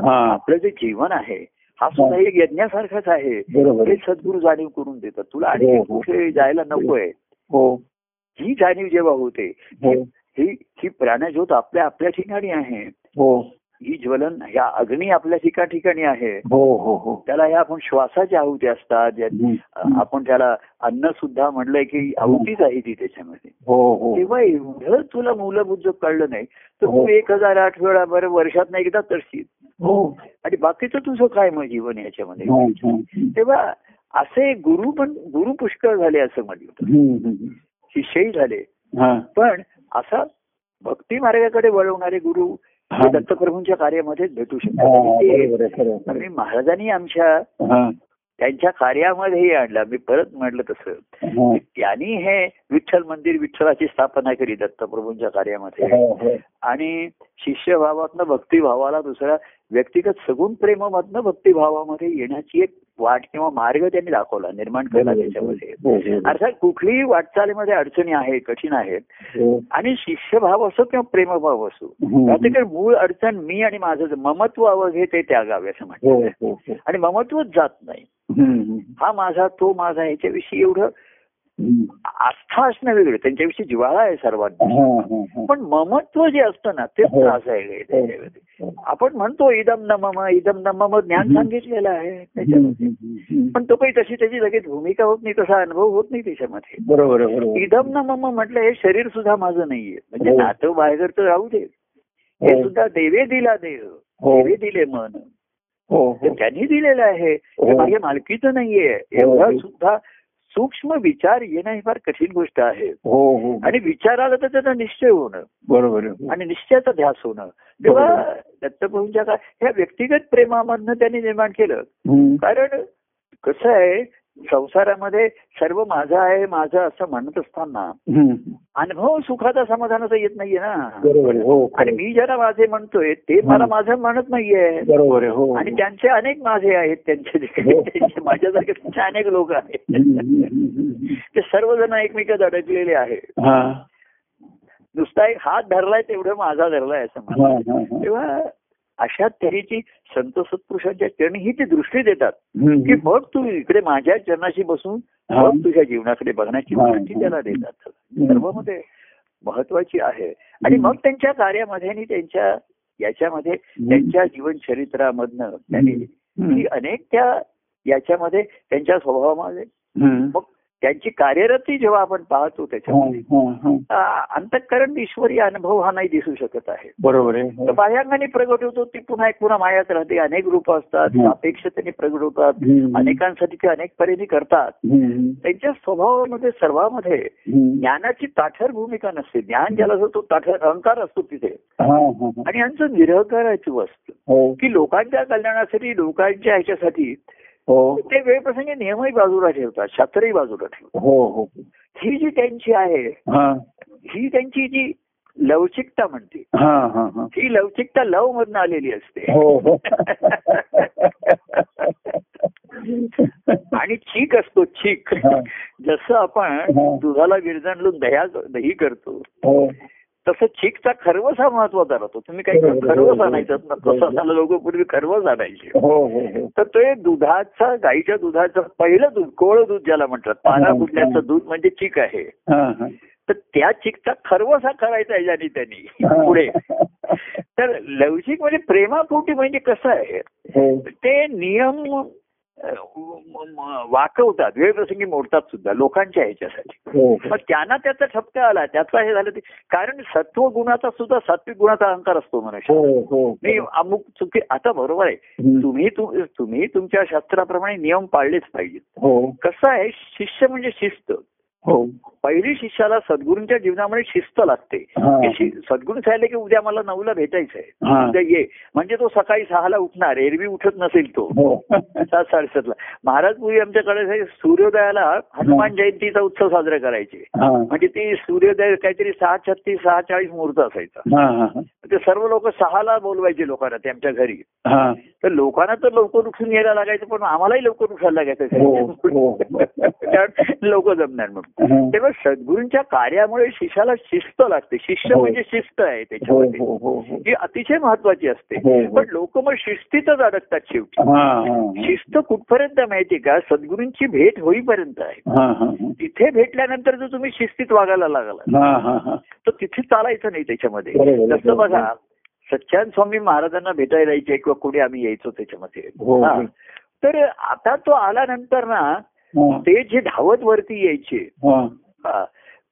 हा आपलं जे जीवन आहे हा सुद्धा हो. एक यज्ञासारखाच आहे बरोबर हे आहे. सद्गुरू जाणीव करून देतात तुला हो, आणखी हो. कुठे जायला नकोय हो ही जाणीव जेव्हा होते हो ही ही प्राणज्योत आपल्या आपल्या ठिकाणी आहे हो ही ज्वलन ह्या अग्नी आपल्या ठिका ठिकाणी आहे हो हो हो त्याला ह्या आपण श्वासाच्या आहुती असतात ज्या- हम्म. अ, आपण त्याला अन्न सुद्धा म्हणलंय की आहुतीच आहे ती त्याच्यामध्ये हो हो तेव्हा एवढं तुला मूलभूत जर कळलं नाही तर तू हो. एक हजार आठ वेळा बरं वर्षात एकदा तरशील हो आणि बाकीचं तुझं काय मग जीवन याच्यामध्ये हा, हा. तेव्हा असे गुरु पण गुरु पुष्कळ झाले असं म्हटलं हम्म, हम्म. शिष्यही झाले हा. पण असा भक्ती मार्गाकडे वळवणारे गुरु हे हा. दत्तप्रभूंच्या कार्यामध्येच भेटू हा, शकतात ते- बरोबर आहे, खरं आहे, खरं आणि महाराजांनी आमच्या आहे. हा, त्यांच्या कार्यामध्ये हे आणलं मी परत म्हटलं तसं हा. त्यांनी हे विठ्ठल मंदिर विठ्ठलाची स्थापना केली दत्तप्रभूंच्या कार्यामध्ये हो, हो. आणि शिष्यभावातनं भक्तिभावाला दुसरा व्यक्तिगत सगुण प्रेमामधनं भक्तिभावामध्ये येण्याची एक वाट किंवा मार्ग त्यांनी दाखवला निर्माण केला त्याच्यामध्ये हो, हो. अर्थात कुठलीही वाटचालीमध्ये अडचणी आहे कठीण आहेत हो. आणि शिष्यभाव असो किंवा प्रेमभाव असो हम्म. त्यात काही मूळ अडचण मी आणि माझं ममत्व अवघे ते त्यागावे असं हो, म्हणतात हो, हो. आणि ममत्वच जात नाही हम्म, हम्म. हा माझा तो माझा ह्याच्याविषयी एवढं हम्म. आस्था असणं वेगळं त्यांच्याविषयी जिव्हाळा आहे सर्वांना हा, हा, हा. पण ममत्व जे असतं ना तेच हो. त्रास आहे रे त्याच्यामध्ये. हो. आपण म्हणतो इदम न मम इदम न मम ज्ञान हम्म. सांगितलेलं आहे हम्म, त्याच्यामध्ये हम्म, हम्म. पण तो काही तशी त्याची लगेच भूमिका होत नाही तसा अनुभव होत नाही त्याच्यामध्ये बरोबर आहे, बरोबर आहे. इदम न मम म्हटलं हे शरीर सुद्धा माझं नाहीये म्हणजे हो. नातं बाहेरचं राहू दे हे सुद्धा देवे दिला देह हो. देवे दिले मन हो, ते हो. त्यांनी दिलेलं आहे हो. हे माझ्या मालकीचं नाहीये एवढा सुद्धा सूक्ष्म विचार येणं ही फार कठीण गोष्ट आहे हो, हो. आणि विचाराला तर त्याचा निश्चय होणं बरोबर आहे. आणि निश्चयाचा ध्यास होणं तेव्हा दत्तप्रभूंच्या काय ह्या व्यक्तिगत प्रेमामधनं त्यांनी निर्माण केलं हम्म. कारण कसं आहे संसारामध्ये सर्व माझा आहे माझं असं म्हणत असताना हम्म. अनुभव सुखाचा समाधानाचा येत नाहीये ना बरोबर आहे, हो आणि मी ज्याला माझे म्हणतोय ते मला हं. माझं म्हणत नाहीये बरोबर आहे, हो आणि त्यांचे अनेक माझे आहेत त्यांचे जे काही हो. त्यांचे माझ्यासारखे त्यांचे अनेक लोक आहेत हम्म, हम्म, हम्म. ते सर्वजण एकमेकात अडकलेले आहेत हा, नुसता एक हात धरलाय तेवढं माझा धरलाय असं म्हणतात. हा, हा, हा. तेव्हा अशा तऱ्हेची संत सत्पुरुषांच्या चरणी ही ती दृष्टी देतात हम्म, की मग तू इकडे माझ्या चरणाशी बसून हा. मग तुझ्या जीवनाकडे बघण्याची हा. दृष्टी त्याला देतात हम्म. सर्वमध्ये महत्वाची आहे आणि मग त्यांच्या कार्यामध्ये आणि त्यांच्या याच्यामध्ये त्यांच्या जीवन चरित्रामधनं त्यांनी हम्म. की अनेक त्या याच्यामध्ये त्यांच्या स्वभावामध्ये हम्म. मग त्यांची कार्यरती जेव्हा आपण पाहतो त्याच्यामध्ये हा, हा, हा. आ, अंतःकरण ईश्वरी अनुभव हा नाही दिसू शकत आहे बरोबर आहे तर हो. बाह्यांगाने प्रगट होतो ती पुन्हा एक पुन्हा मायात राहते अनेक रूप असतात हं. सापेक्षतेने प्रगट होतात हो. हम्म. अनेकांसाठी ते अनेक परीने करतात हम्म. त्यांच्या स्वभावामध्ये सर्वामध्ये हम्म. ज्ञानाची ताठर भूमिका नसते ज्ञान ज्याला असतो तो ताठर अहंकार असतो तिथे हा, हा, हा. आणि यांचं निरहकाराची असतं हो की लोकांच्या कल्याणासाठी लोकांच्या ह्याच्यासाठी हो ते वेळप्रसंगी नियमही बाजूला ठेवतात शास्त्रही बाजूला ठेवतात हो हो ही जी त्यांची आहे हा ही त्यांची जी लवचिकता म्हणते हा हा हा ही लवचिकता लव मधून आलेली असते हो हो आणि चीक असतो चीक हा. जसं हा. आपण दुधाला विरजणलून दह्या दही करतो हो तसं चीकचा खरवस हा महत्वाचा राहतो तुम्ही काही बरोबर, खरवस बरोबर. आणायचं ना प्रसादाला लोक पूर्वी खरवस आणायचे हो हो हो तर ते दुधाचा गाईच्या दुधाचं पहिलं दूध कोळ दूध ज्याला म्हणतात हा, पाना हा. फुटल्याचं दूध म्हणजे चीक आहे हा, हा. तर त्या चीकचा खरवस हा करायचा आहे ज्यांनी त्यांनी हा. पुढे तर लवचिक म्हणजे प्रेमापोटी म्हणजे कसं आहे हो ते नियम अ, म- म- वाकवतात वेळप्रसंगी मोडतात सुद्धा लोकांच्या ह्याच्यासाठी हो मग त्यांना त्याचा ठपका आला त्याचा हे झालं ते कारण सत्व गुणाचा सुद्धा सात्विक गुणाचा अहंकार असतो मनुष्य हो हो मी अमुक चुकी आता बरोबर आहे हम्म. तुम्ही तु- तुम्ही तुमच्या शास्त्राप्रमाणे नियम पाळलेच पाहिजेत हो कसं आहे शिष्य म्हणजे शिस्त हो पहिली शिष्याला सद्गुरूंच्या जीवनामध्ये शिस्त लागते हा. की शि- सद्गुरू सांगितले की उद्या मला नऊला भेटायचंय हा. उद्या ये म्हणजे तो सकाळी सहाला उठणार एरवी उठत नसेल तो हो सात साडेसातला महाराज पूर्वी आमच्याकडे हे सूर्योदयाला हनुमान जयंतीचा उत्सव साजरा करायचे हा म्हणजे ते सूर्योदय काहीतरी सहा छत्तीस सहा चाळीस मुहूर्त असायचा हा हा ते सर्व लोक सहाला बोलवायचे लोकांना ते आमच्या घरी हा तर लोकांना तर लवकर उठून यायला लागायचं पण आम्हालाही लवकर उठायला लागायचं हो, हो. कारण लोक जमणार म्हणून हा. तेव्हा सद्गुरूंच्या कार्यामुळे शिष्याला शिस्त लागते शिष्य हो. म्हणजे शिस्त आहे हो त्याच्यामध्ये हो हो हो ही अतिशय महत्वाची असते हो, हो. पण लोक मग शिस्तीतच अडकतात शेवटी हा हा हा. शिस्त कुठपर्यंत माहितीये का सद्गुरूंची भेट होईपर्यंत आहे हा हा हा. तिथे भेटल्यानंतर जर तुम्ही शिस्तीत वागायला लागला हा हा हा तर तिथे चालायचं नाही त्याच्यामध्ये बरोबर, तसं बरोबर. बघा सच्चान स्वामी महाराजांना भेटायला यायचे किंवा कुठे आम्ही यायचो त्याच्यामध्ये हो, हा. हो. तर आता तो आल्यानंतर ना हा. ते जे धावत वरती यायचे हा. हा,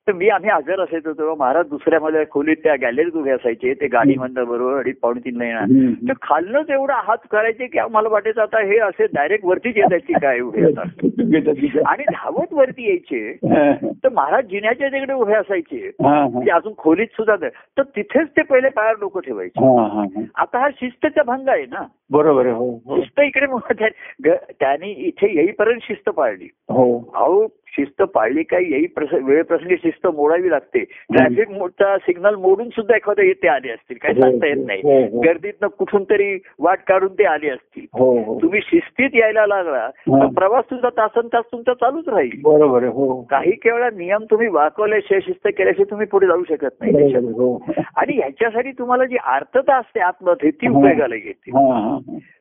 तर मी आम्ही आजार असायचो तेव्हा महाराज दुसऱ्या मला खोलीत त्या गॅलरीत उभे असायचे ते गाडीमधनं बरोबर अडीच पावणे तीनला येणार तर खालनंच एवढा हात करायचे की मला वाटायचं आता हे असे डायरेक्ट वरतीच येतात की काय एवढे येतात आणि धावत वरती यायचे तर महाराज जिन्याच्या तिकडे उभे असायचे म्हणजे अजून खोलीत सुद्धा नाही. तर तिथेच ते पहिले पायावर डोकं ठेवायचे आता हा शिस्तचा भंग आहे ना बरोबर आहे हो हो शिस्त इकडे मग त्या- ग- त्यांनी इथे येईपर्यंत शिस्त पाळली हो अहो शिस्त पाळली काय येई प्रस- वेळप्रसंगी शिस्त मोडावी लागते ट्रॅफिक मोठा सिग्नल मोडून सुद्धा एखादं येते आले असतील काही सांगता येत नाही हो, हो. गर्दीतनं कुठून तरी वाट काढून ते आले असतील हो हो तुम्ही शिस्तीत यायला लागला तर हा. प्रवास तुमचा तासन तास तुमचा चालूच राहील बरोबर आहे हो काही केवळ नियम तुम्ही वाकवल्याशिवाय शिस्त केल्याशिवाय तुम्ही पुढे जाऊ शकत नाही बरोबर त्याच्यात. आहे, हो आणि ह्याच्यासाठी तुम्हाला जी आर्थता असते आत्महत्या ती हा. उपयोगाला येते हा, हा, हा.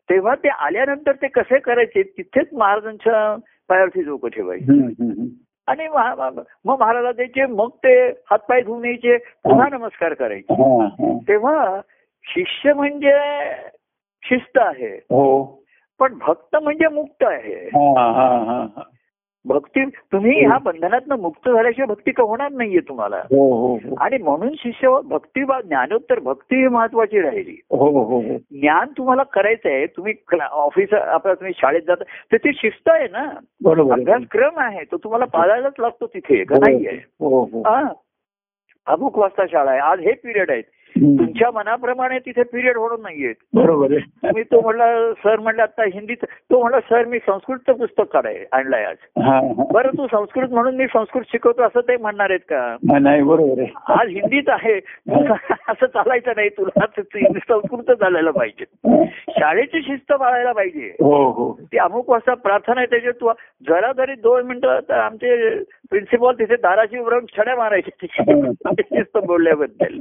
तेव्हा ते आल्यानंतर ते कसे करायचे तिथेच महाराजांच्या पायावरती लोक ठेवायचे हम्म, हम्म, हम्म. आणि महा- महा- मग महाराजा द्यायचे मग ते हातपाय धुवून यायचे पुन्हा नमस्कार करायचे हा, हा. तेव्हा शिष्य म्हणजे शिस्त आहे हो पण भक्त म्हणजे मुक्त आहे हा, हा, हा, हा. भक्ती तुम्ही ह्या बंधनातनं मुक्त झाल्याशिवाय भक्ती का होणार नाहीये तुम्हाला हो हो हो. आणि म्हणून शिष्य भक्ती वा- ज्ञानोत्तर भक्ती ही महत्वाची राहिली हो हो हो ज्ञान तुम्हाला करायचं आहे तुम्ही क्ला- ऑफिस आपल्या तुम्ही शाळेत जाता तर ती शिस्त आहे ना बरोबर आहे. अभ्यासक्रम आहे तो तुम्हाला पाळायलाच लागतो तिथे का नाहीये हो हो हा. अमुक वाजता शाळा आहे आज हे पिरियड आहेत हम्म. तुमच्या मनाप्रमाणे तिथे पिरियड होणार नाहीयेत बरोबर आहे मी तो म्हणला सर म्हणला आता हिंदीत तो म्हणला सर मी संस्कृतचं पुस्तक काढाय आणलंय आज हा, हा. बरं तू संस्कृत म्हणून मी संस्कृत शिकवतो असं ते म्हणणार आहेत का हा, नाही बरोबर आहे आज हिंदीच आहे असं चालायचं नाही तुला ते- ते संस्कृत चालायला पाहिजे शाळेची शिस्त पाळायला पाहिजे हो हो ती अमुक वाजता प्रार्थना आहे त्याच्यात तू जरा जरी दोन मिनिटं तर आमचे प्रिन्सिपॉल तिथे दाराशी उभं राहून छड्या मारायचे शिस्त बोलल्याबद्दल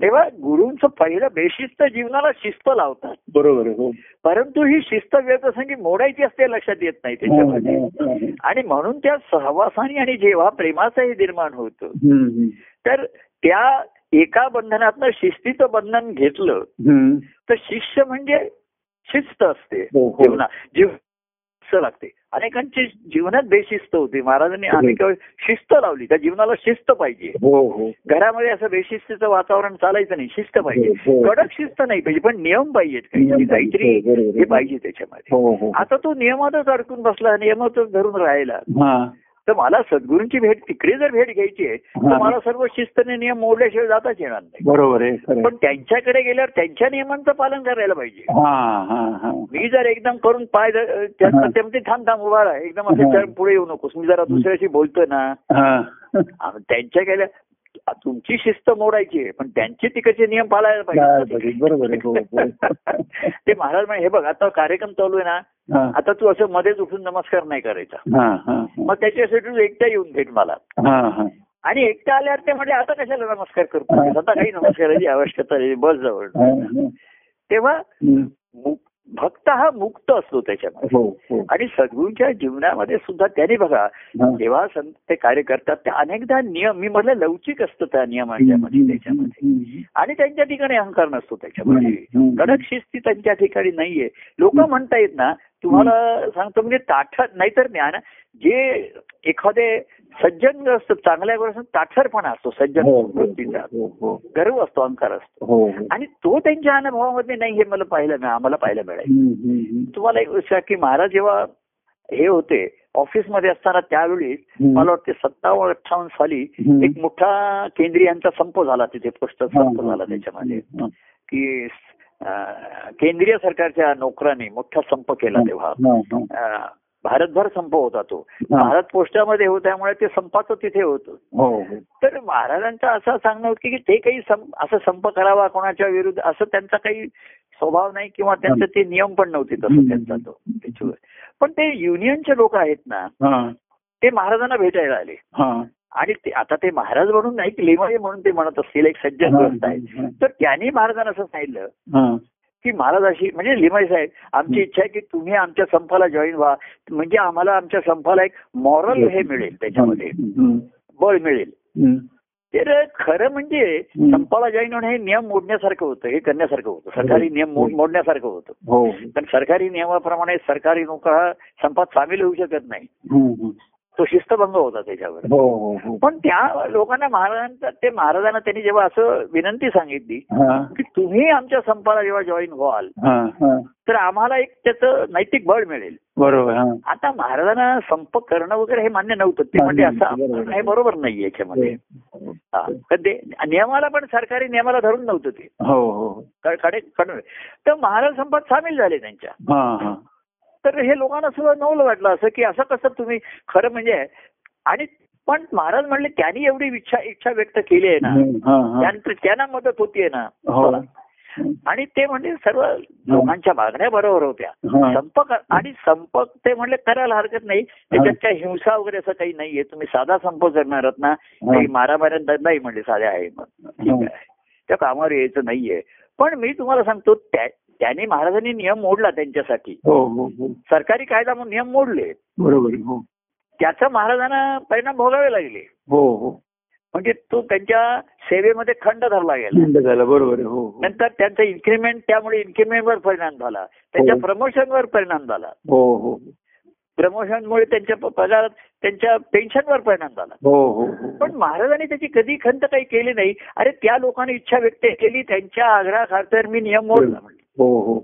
तेव्हा गुरुंचं पहिलं बेशिस्त जीवनाला शिस्त लावतात बरोबर आहे हो परंतु ही शिस्त वेळप्रसंगी मोडायची असते लक्षात येत नाही त्याच्यामध्ये हम्म, आणि म्हणून त्या सहवासाने आणि जेव्हा प्रेमाचंही निर्माण होतं हम्म. तर त्या एका बंधनातनं शिस्तीचं बंधन घेतलं हम्म. तर शिष्य म्हणजे शिस्त असते हो, हो. जीवना जीव शिस्त लागते अनेकांची जीवनात बेशिस्त होती महाराजांनी हो. अनेक वेळेस शिस्त लावली त्या जीवनाला शिस्त पाहिजे हो हो घरामध्ये असं बेशिस्तीचं वातावरण चालायचं नाही शिस्त पाहिजे हो, हो. कडक शिस्त नाही पाहिजे पण नियम पाहिजेत काहीतरी नियम पाहिजे. काहीतरी हो, बरोबर. हे पाहिजे त्याच्यामध्ये हो हो आता तो नियमातच अडकून बसला नियमातच धरून राहिला हा तर मला सद्गुरूंची भेट तिकडे जर भेट घ्यायची आहे तर हा. मला सर्व शिस्तने नियम मोडल्याशिवाय जाताच येणार नाही बरोबर आहे खरं आहे. पण त्यांच्याकडे गेल्यावर त्यांच्या नियमांचं पालन करायला पाहिजे हा हा हा मी जर एकदम करून पाय जर- त्या- हा. त्यामध्ये थांब थांब उभा राहा एकदम असं हा. चढ पुढे येऊ नकोस मी जरा दुसऱ्याशी बोलतोय ना हा आ- त्यांच्या गेल्या आ- तुमची शिस्त मोडायची आहे पण त्यांचे तिकडचे नियम पाळायला काय पाहिजे बघित, बरोबर आहे हो हो ते महाराज म्हणे हे बघ आता कार्यक्रम चालू आहे ना हा आता तू असं मध्येच उठून नमस्कार नाही करायचा हा हा मग त्याच्यासाठी तू एकटा येऊन भेट मला हा हा आणि एकटा आल्यावर ते म्हणजे आता कशाला नमस्कार करतो आता काही नमस्काराची आवश्यकता नाही बस जवळ हा, हा. तेव्हा हम्म. मु- भक्त हा मुक्त असतो त्याच्यामध्ये हो हो आणि सद्गुरूंच्या जीवनामध्ये सुद्धा त्याने बघा हा. जेव्हा संत ते कार्य करतात ते अनेकदा नियम मी म्हटलं लवचिक असतं त्या नियमांच्यामध्ये त्याच्यामध्ये हम्म. आणि त्यांच्या ठिकाणी अहंकार नसतो त्याच्यामध्ये हम्म. कडक शिस्ती त्यांच्या ठिकाणी नाहीये लोक म्हणतायत ना तुम्हाला सांगतो म्हणजे ताठर नाहीतर ज्ञान जे एखादे सज्जन असतं चांगल्या गोष्ट ताठरपणा असतो सज्जन हो, हो, वृत्तीचा हो, हो, गर्व असतो अहंकार असतो हो, हो. आणि तो त्यांच्या अनुभवामध्ये नाही हे मला पाहायला मिळा- आम्हाला पाहायला मिळायचं हम्म, हम्म, हम्म. तुम्हाला एक गोष्ट की महाराज जेव्हा हे होते ऑफिसमध्ये असताना त्यावेळी हम्म. मला वाटते सत्तावन्न अठ्ठावन्न साली हम्म. एक मोठा केंद्रीयांचा संप झाला तिथे पुस्तक हा, संप हा, झाला हा. त्याच्यामध्ये हा, की अं, केंद्रीय सरकारच्या नोकरांनी मोठा संप केला तेव्हा हा, हा. अं, भारतभर संप होता तो हा. भारत पोस्टामध्ये होता त्यामुळे ते संपाचं तिथे होतं हो हो तर महाराजांचं असं सांगणं होतं की ते काही संप असं संप करावा कोणाच्या विरुद्ध असं त्यांचा काही स्वभाव नाही किंवा त्यांचे ते नियम पण नव्हते तसं हम्म. त्यांचा तो त्याच्यावर. पण ते युनियनचे लोक आहेत ना हा ते महाराजांना भेटायला आले हा आणि ते आता ते महाराज म्हणून नाही लेमाई म्हणून ते म्हणत असतील एक सज्जन ग्रस्त आहेत हा, तर त्यांनी महाराजांना असं सांगितलं हा. की महाराज अशी म्हणजे लिमाई साहेब आमची इच्छा आहे की तुम्ही आमच्या संपाला जॉईन व्हा म्हणजे आम्हाला आमच्या संपाला एक मॉरल हे मिळेल त्याच्यामध्ये हम्म, बळ मिळेल हम्म. तर खरं म्हणजे हम्म. संपाला जॉईन होणं हे नियम मोडण्यासारखं होतं हे करण्यासारखं होतं सरकारी नियम मोड- मोडण्यासारखं होतं हो कारण सरकारी नियमाप्रमाणे सरकारी नोकर हा संपात सामील होऊ शकत नाही हम्म, हम्म. तो शिस्तभंग होता त्याच्यावर हो हो हो पण त्या लोकांना महाराजांचा ते महाराजांना त्यांनी जेव्हा असं विनंती सांगितली हा की तुम्ही आमच्या संपाला जेव्हा जॉईन व्हाल हा हा तर आम्हाला एक त्याचं नैतिक बळ मिळेल बरोबर हा आता महाराजांना संप करणं वगैरे हे मान्य नव्हतं ते म्हणजे असं आपण- हे बरोबर नाही याच्यामध्ये हा. तर ते नियमाला पण सरकारी नियमाला धरून नव्हतं ते हो हो कडे कडे- तर महाराज संपात सामील झाले त्यांच्या हा हा तर हे लोकांना सुद्धा नवलं वाटलं असं की असं कसं तुम्ही खरं म्हणजे आणि पण महाराज म्हणले त्यांनी एवढी इच्छा इच्छा व्यक्त केली आहे ना हम्म, हा हा त्यांचं- त्यांना मदत होतीये ना हो आणि ते म्हणजे सर्व लोकांच्या मागण्या बरोबर होत्या हा संप कर- आणि संप ते म्हणले करायला हरकत नाही त्याच्यात काही हिंसा वगैरे असं काही नाहीये तुम्ही साधा संप करणार आहात ना काही मारामाऱ्या नाही म्हणले साधे आहे मग ठीक हा. आहे त्या कामावर यायचं नाहीये पण मी तुम्हाला सांगतो त्या- त्याने महाराजांनी नियम मोडला त्यांच्यासाठी हो हो हो सरकारी कायदा म्हणून नियम मोडले बरोबर आहे. हो त्याचा महाराजांना परिणाम भोगावे लागले हो हो म्हणजे तो त्यांच्या सेवेमध्ये खंड धरला गेला थंड झाला बरोबर आहे. हो हो. नंतर त्यांचा इन्क्रीमेंट त्यामुळे इन्क्रीमेंटवर परिणाम झाला त्यांच्या हो. प्रमोशनवर परिणाम झाला हो हो प्रमोशनमुळे त्यांच्या प- पगारात त्यांच्या पेन्शनवर परिणाम झाला हो हो हो पण महाराजांनी त्याची कधी खंत काही केली नाही अरे त्या लोकांनी इच्छा व्यक्त केली त्यांच्या आग्रहाखातर मी नियम मोडला म्हणले हो हो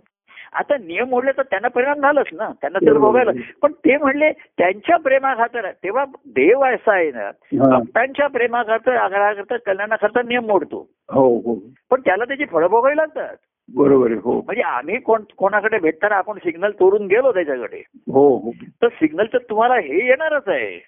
आता नियम मोडले तर त्यांना परिणाम झालाच ना त्यांना तर भोगायला पण ते म्हणले त्यांच्या प्रेमाखातर तेव्हा देव असा आहे ना हा. भक्तांच्या प्रेमाखातर आग्रहाकरता कल्याणाकरता नियम मोडतो हो हो पण त्याला त्याची फळं भोगावी लागतात बरोबर आहे. हो म्हणजे आम्ही कोण कोणाकडे भेटताना आपण सिग्नल तोडून गेलो त्याच्याकडे हो हो तर सिग्नल तर तुम्हाला हे येणारच आहे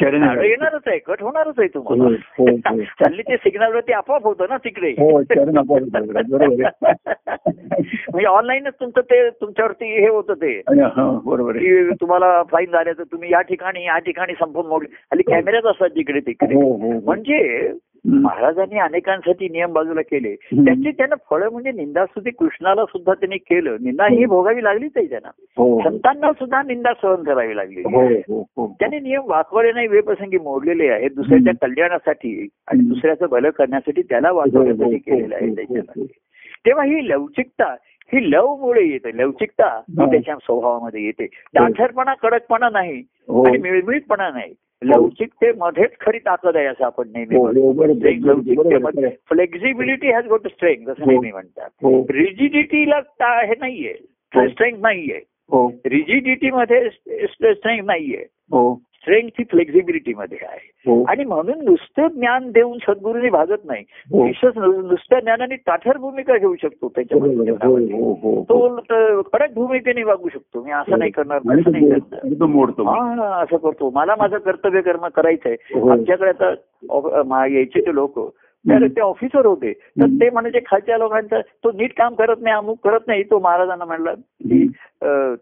चरण झाडं येणारच आहे कट होणारच आहे तुम्हाला हो, हो, हो. हल्ली ते सिग्नल वरती आपोआप होतं ना तिकडे हो चरण आपण बरोबर आहे. म्हणजे ऑनलाईनच तुमचं ते तुमच्यावरती हे होतं ते आणि हा, बरोबर आहे. की तुम्हाला फाईन झाले तर तुम्ही या ठिकाणी या ठिकाणी संपून मोडले हल्ली कॅमेराच असतात जिकडे तिकडे हो हो हो. म्हणजे हम्म. महाराजांनी अनेकांसाठी नियम बाजूला केले हम्म. त्याची त्यांना फळं म्हणजे निंदास्तुती कृष्णाला सुद्धा त्यांनी केलं निंदा ही भोगावी लागलीच आहे त्यांना हो संतांना सुद्धा निंदा सहन करावी लागली हो हो हो त्यांनी नियम वाकवले नाही वेळप्रसंगी मोडलेले आहेत दुसऱ्याच्या कल्याणासाठी आणि दुसऱ्याचं भलं करण्यासाठी त्याला हो, वाचवण्यासाठी केलेलं आहे त्याच्यामध्ये तेव्हा ही लवचिकता ही लवमुळे येते लवचिकता ही त्याच्या स्वभावामध्ये येते दाठरपणा कडकपणा नाही हो. आणि मिळमिळपणा नाही लवचिकतेमध्येच खरी ताकद आहे असं आपण नेहमी हो, हो, बरोबर आहे. बरोबर लवचिकतेमध्ये आहे. फ्लेक्झिबिलिटी हॅज गोट स्ट्रेंथ असं हो. नेहमी म्हणतात हो रिजिडिटीला ता- हे नाहीये हो. स्ट्रेंथ नाहीये हो रिजिडिटी मध्ये स्ट्रेंथ नाहीये हो स्ट्रेंथ ही फ्लेक्झिबिलिटी मध्ये आहे हो आणि म्हणून नुसतं ज्ञान देऊन सद्गुरूंनी भागत नाही हो. विशेष नुसत्या ज्ञानाने ताठर भूमिका घेऊ शकतो बरोबर आहे. हो, त्याच्यामध्ये हो, हो, हो. तो त- कडक भूमिकेने वागू शकतो मी असं नाही करणार आणि तसं तो नाही मोड- करणार आणि तो मोडतो हा असं करतो मला माझं कर्तव्य कर्म करायचंय हो. आमच्याकडे आता ऑफ- मा- यायचे ते लोक तर हम्म. ते ऑफिसर होते तर हम्म. ते म्हणजे खालच्या लोकांचा तो नीट काम करत नाही अमुक करत नाही तो महाराजांना म्हणला की अं,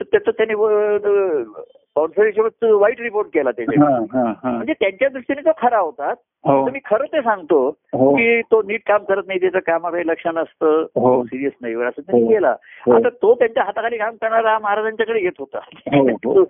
तर त्याचं त्याने कॉन्फरन्स वाईट रिपोर्ट केला त्याच्या हा, हा, हा. म्हणजे त्यांच्या दृष्टीने तो खरा होता हो तर मी खरं ते सांगतो हो की तो नीट काम करत नाही त्याचं कामाकडे लक्ष नसतं हो. सिरियस नाही वगैरे असं त्यांनी हो. केला हो. आता तो त्यांच्या हाताखाली काम करणारा महाराजांच्याकडे येत होता हो, हो.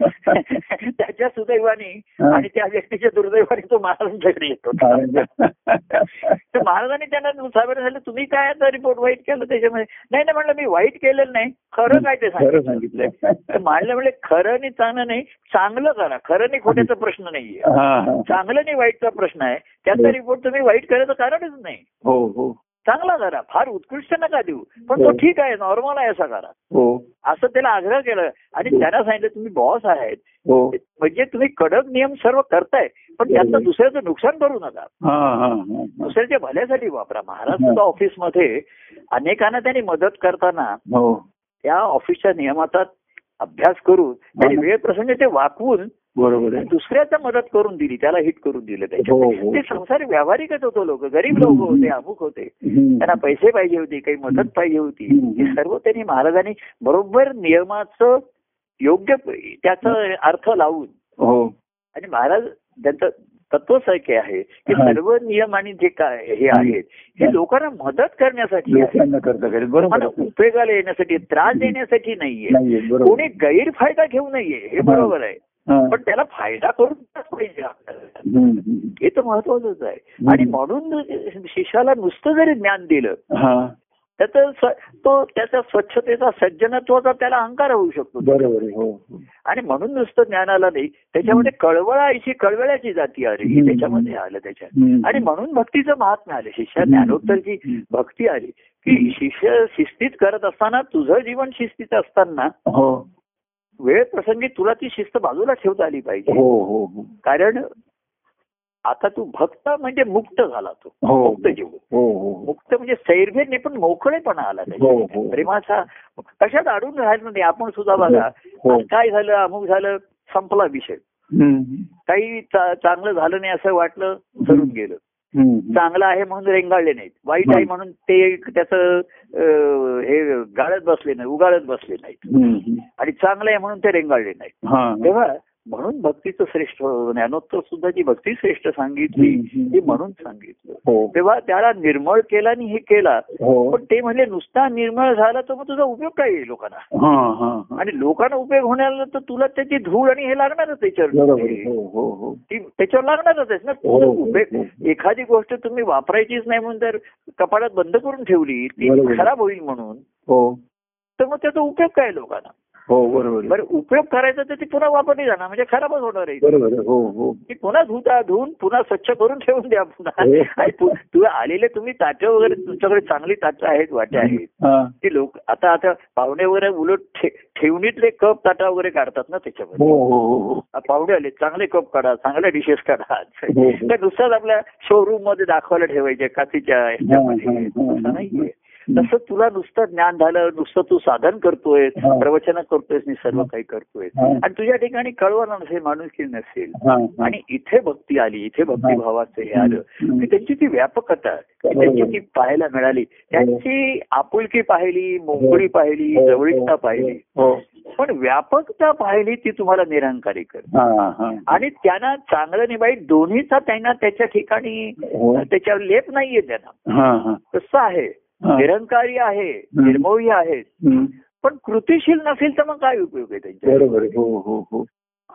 त्याच्या सुदैवाने हा. आणि त्या व्यक्तीच्या दुर्दैवाने तो महाराजांच्याकडे येत होता तर महाराजांनी त्यांना सावेर झालं तुम्ही काय आता रिपोर्ट वाईट केलं त्याच्यामध्ये नाही नाही म्हणलं मी वाईट केलेलं नाही खरं काय ते खरं सांगितलं सांगितलंय तर महाराज म्हणले खरं आणि चांगलं नाही चांगलं करा खरं नाही खोट्याचा प्रश्न नाहीये हा, हा. चांगलं नाही वाईटचा प्रश्न आहे त्याचा रिपोर्ट तुम्ही वाईट करायचं कारणच नाही हो हो चांगला करा फार उत्कृष्ट नका देऊ पण तो ठीक आहे नॉर्मल आहे असा करा हो असं त्याला आग्रह केला आणि त्यांना सांगितलं तुम्ही बॉस आहेत हो म्हणजे तुम्ही कडक नियम सर्व करताय पण त्याचं दुसऱ्याचं नुकसान करू नका हा हा हा, हा. दुसऱ्याच्या भल्यासाठी वापरा महाराज सुद्धा ऑफिसमध्ये अनेकांना त्यांनी मदत करताना हो त्या ऑफिसच्या नियमाचा अभ्यास करून त्यांनी वेळ प्रसंगी ते वाकवून बरोबर आहे दुसऱ्याचा मदत करून दिली त्याला हिट करून दिलं त्याच्या हो हो ते संसार व्यावहारिकच होतो लोक गरीब लोक होते अमुक होते हम्म. त्यांना पैसे पाहिजे होते काही मदत पाहिजे होती हम्म. हे सर्व त्यांनी महाराजांनी बरोबर नियमाचं योग्य प- त्याचं अर्थ लावून हो आणि महाराज त्यांचं तत्वच एक आहे की हा. सर्व नियम आणि जे काय हे आहेत हा. हे लोकांना मदत करण्यासाठी आहे. लोकांना करता करेल बरोबर लोकांना आहे. उपयोगाला येण्यासाठी त्रास देण्यासाठी नाहीये नाहीये बरोबर कोणी गैरफायदा घेऊ नये हे हा. बरोबर आहे हा. पण त्याला फायदा करून पाहिजे आपल्याला हम्म, हम्म. हे तर महत्वाचंच आहे आणि म्हणून शिष्याला नुसतं जरी ज्ञान दिलं हा त्याचं स्व- तो त्याचा स्वच्छतेचा सज्जनत्वाचा त्याला अहंकार होऊ शकतो बरोबर आहे, हो हो. आणि म्हणून नुसतं ज्ञानाला नाही त्याच्यामध्ये कळवळायची कळवळ्याची जाती आली ही हम्म. त्याच्यामध्ये आलं त्याच्यात हम्म. आणि म्हणून भक्तीचं महात्म्य आलं शिष्या हम्म. ज्ञानोत्तरची हम्म. भक्ती आली की शिष्य शिस्तीत करत असताना तुझं जीवन शिस्तीत असताना हो वेळ प्रसंगी तुला ती शिस्त बाजूला ठेवता आली पाहिजे हो हो हो. कारण आता तू भक्त म्हणजे मुक्त झाला तो हो मुक्त जीव हो हो मुक्त म्हणजे सैर्भ्य नाही पण मोकळेपणा आला त्याच्यात. हो हो प्रेमाचा कशात अडून राहिलं नाही आपण सुद्धा बघा हो आज काय झालं अमुक झालं संपला विषय हम्म. काही चा- चांगलं झालं नाही असं वाटलं सरून गेलं हम्म. चांगलं आहे म्हणून रेंगाळले नाहीत वाईट हं. आहे म्हणून ते त्याचं अं, हे गाळत बसले नाही उगाळत बसले नाहीत हम्म. आणि चांगलं आहे म्हणून ते रेंगाळले नाहीत हा. तेव्हा म्हणून भक्तीचं श्रेष्ठ ज्ञानोत्तर सुद्धा जी भक्ती श्रेष्ठ सांगितली हम्म. ती म्हणून सांगितलं हो तेव्हा त्याला निर्मळ केला आणि हे केला हो पण ते म्हणजे नुसता निर्मळ झाला तर मग तुझा उपयोग काय आहे लोकांना हा हा हा. आणि लोकांना उपयोग होण्याला तर तुला त्याची धूळ आणि हे लागणारच बरोबर आहे. त्याच्यावर हो हो हो ती त्याच्यावर लागणारच आहे ना हो, हो, हो. उपयोग- एखादी गोष्ट तुम्ही वापरायचीच नाही म्हणून जर कपाडात बंद करून ठेवली ती बरोबर. खराब होईल म्हणून हो तर मग त्याचा उपयोग काय लोकांना हो बरोबर आहे. बरं उपयोग करायचा तर ती पुन्हा वापरली जाणार म्हणजे खराबच होणार आहे बरोबर आहे. हो हो ती पुन्हा धुता धुवून पुन्हा स्वच्छ करून ठेवून द्या पुन्हा हो. आणि पु- तू आलेले तुम्ही ताटं वगैरे तुमच्याकडे चांगली ताटं आहेत वाटे आहेत हा. ती लोक आता आता पाहुणे वगैरे उलट ठे- ठेवणीतले कप ताटा वगैरे काढतात ना त्याच्यामध्ये हो हो हो हो. आ, पाहुणे आले चांगले कप काढा चांगल्या डिशेस काढा हो, हो. तर नुसताच आपल्या शोरूम मध्ये दाखवायला ठेवायचे काचीच्या हा, ह्याच्यामध्ये. हा, हा. तसं नाहीये तसं तुला नुसतं ज्ञान झालं नुसतं तू साधन करतोय हा. प्रवचन करतोयस मी सर्व काही करतोय हा. आणि तुझ्या ठिकाणी कळवणं नसेल माणुसकी नसेल हा, हा. आणि इथे भक्ती आली इथे भक्तिभावाचं हे आलं की त्यांची ती व्यापकता की त्यांची ती पाहायला मिळाली हो. त्यांची आपुलकी पाहिली मोकळी पाहिली जवळीकता पाहिली हो पण व्यापकता पाहिली ती तुम्हाला निरंकारी कर हा हा आणि त्यांना चांगलं आणि वाईट दोन्हीचा त्यांना त्याच्या ठिकाणी हो त्याच्यावर लेप नाहीये त्यांना हा हा तसं आहे हा. निरंकारी आहे निर्मोही आहे हम्म. पण कृतीशील नसेल तर मग काय उपयोग आहे त्यांच्या बरोबर आहे. हो हो हो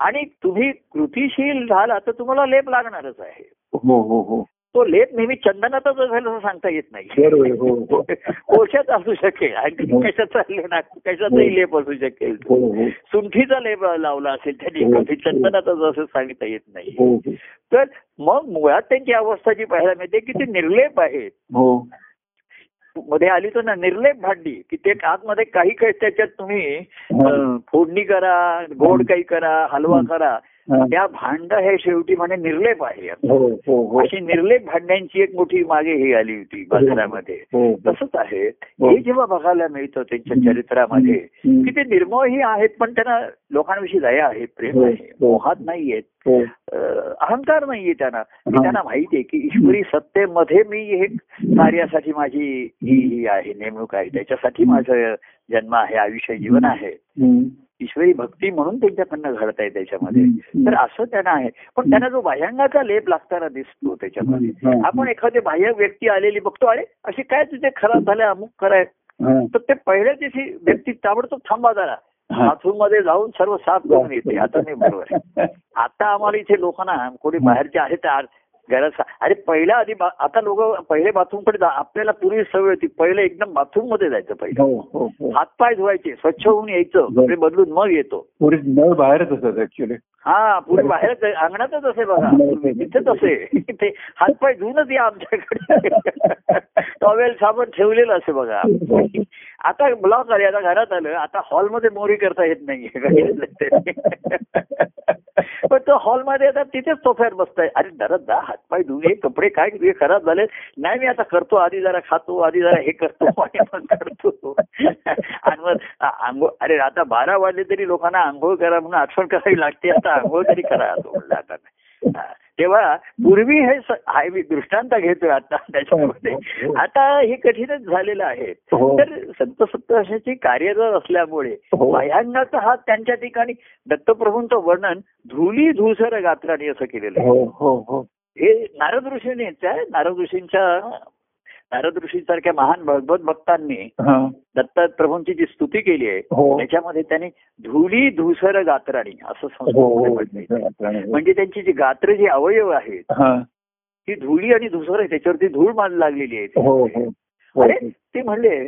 आणि तुम्ही कृतीशील झाला तर तुम्हाला लेप लागणारच आहे हो हो हो तो लेप नेहमी चंदनातच असेल असं सांगता येत नाही बरोबर आहे. हो हो कोशात असू शकेल आणि कशाचा लेना कशाचाही लेप असू शकेल हो हो सुंठीचा लेप लावला असेल त्यांनी हो. कधी चंदनातच असं सांगता येत नाही हो हो. तर मग मुळात त्यांची अवस्था जी पाहायला मिळते की ते निर्लेप आहेत हो मध्ये आली तर ना निर्लेप भांडी की ते आतमध्ये काही काही त्याच्यात तुम्ही अं, फोडणी करा गोड काही करा हलवा करा हा. त्या भांड हे शेवटी म्हणजे निर्लेप आहे हो हो हो अशी निर्लेप भांड्यांची एक मोठी मागे ही आली होती बाजारामध्ये हो हो. तसंच आहे हे जेव्हा बघायला मिळतं त्यांच्या चरित्रामध्ये की ते निर्मोही आहेत पण त्यांना लोकांविषयी दया आहे प्रेम आहे मोहात नाहीयेत हो अं, अहंकार नाहीये त्यांना की त्यांना माहितीये की ईश्वरी सत्तेमध्ये मी हे कार्यासाठी माझी ही ही आहे नेमणूक आहे त्याच्यासाठी माझं जन्म आहे आयुष्य जीवन आहे हम्म. ईश्वरी भक्ती म्हणून त्यांच्याकडनं घडत आहे त्याच्यामध्ये हम्म. तर असं त्यांना आहे पण त्यांना जो बाह्यांगाचा लेप लागताना दिसतो त्याच्यामध्ये हम्म. आपण एखादी बाह्य व्यक्ती आलेली बघतो अरे अशी काय तुझे खराब झाले अमुक कराय हा. तर ते पहिल्या दिवशी व्यक्ती ताबडतोब थांबा जरा हा. बाथरूम मध्ये जाऊन सर्व साफ करून येते आता नाही बरोबर आहे. आता आम्हाला इथे लोकांना कोणी बाहेरचे आहेत तर आज घरात सा- अरे पहिल्या आधी बा- आता लोक पहिले बाथरूम कडे जा- आपल्याला पूर्वी सवय होती पहिले एकदम बाथरूम मध्ये जायचं पहिले हो हो हो हातपाय धुवायचे स्वच्छ होऊन यायचं बरं. कपडे बदलून मग येतो पुरी नळ बाहेरच असतात ऍक्च्युली हा पूर्वी बाहेरच अंगणातच असे बघा तिथेच असे ते हातपाय धुवूनच या आमच्याकडे टॉवेल साबण ठेवलेलं असे बघा हो. आता ब्लॉक आले आता घरात आलं आता हॉलमध्ये मोरी करता येत नाहीये पण तो हॉलमध्ये आता तिथेच सोफ्यावर बसताय अरे जरा जा हातपाय धुणे कपडे काय तुझे खराब झाले नाही मी आता करतो आधी जरा खातो आधी जरा हे करतो आणि मग करतो आणि मग आ- आंघोळ अरे आता बारा वाजले तरी लोकांना आंघोळ करा म्हणून आठवण करावी लागते आता आंघोळ तरी करा असं म्हणलं आता हा. तेव्हा पूर्वी हे स- आहे मी दृष्टांत घेतोय आता त्याच्यामध्ये आता हे कठीणच झालेलं आहे हो. तर संत सप्तशी कार्यरत असल्यामुळे हो. भयांगाचा हा त्यांच्या ठिकाणी दत्तप्रभूंचं वर्णन धुली धुसर गात्राने असं केलेलं आहे हो हो हो हे नारद ऋषीनेच आहे नारद ऋषींच्या नारद ऋषीसारख्या महान भगवत भक्तांनी हा. दत्तप्रभूंची जी स्तुती केली आहे हो. त्याच्यामध्ये त्यांनी धुली धुसर गात्राणी असं हो संस्कृतमध्ये हो म्हटलंय. म्हणजे त्यांची जी गात्र जी अवयव आहेत हा. ती धुळी आणि धुसर आहे त्याच्यावरती धूळ मान लागलेली आहे हो हो अरे ते म्हणले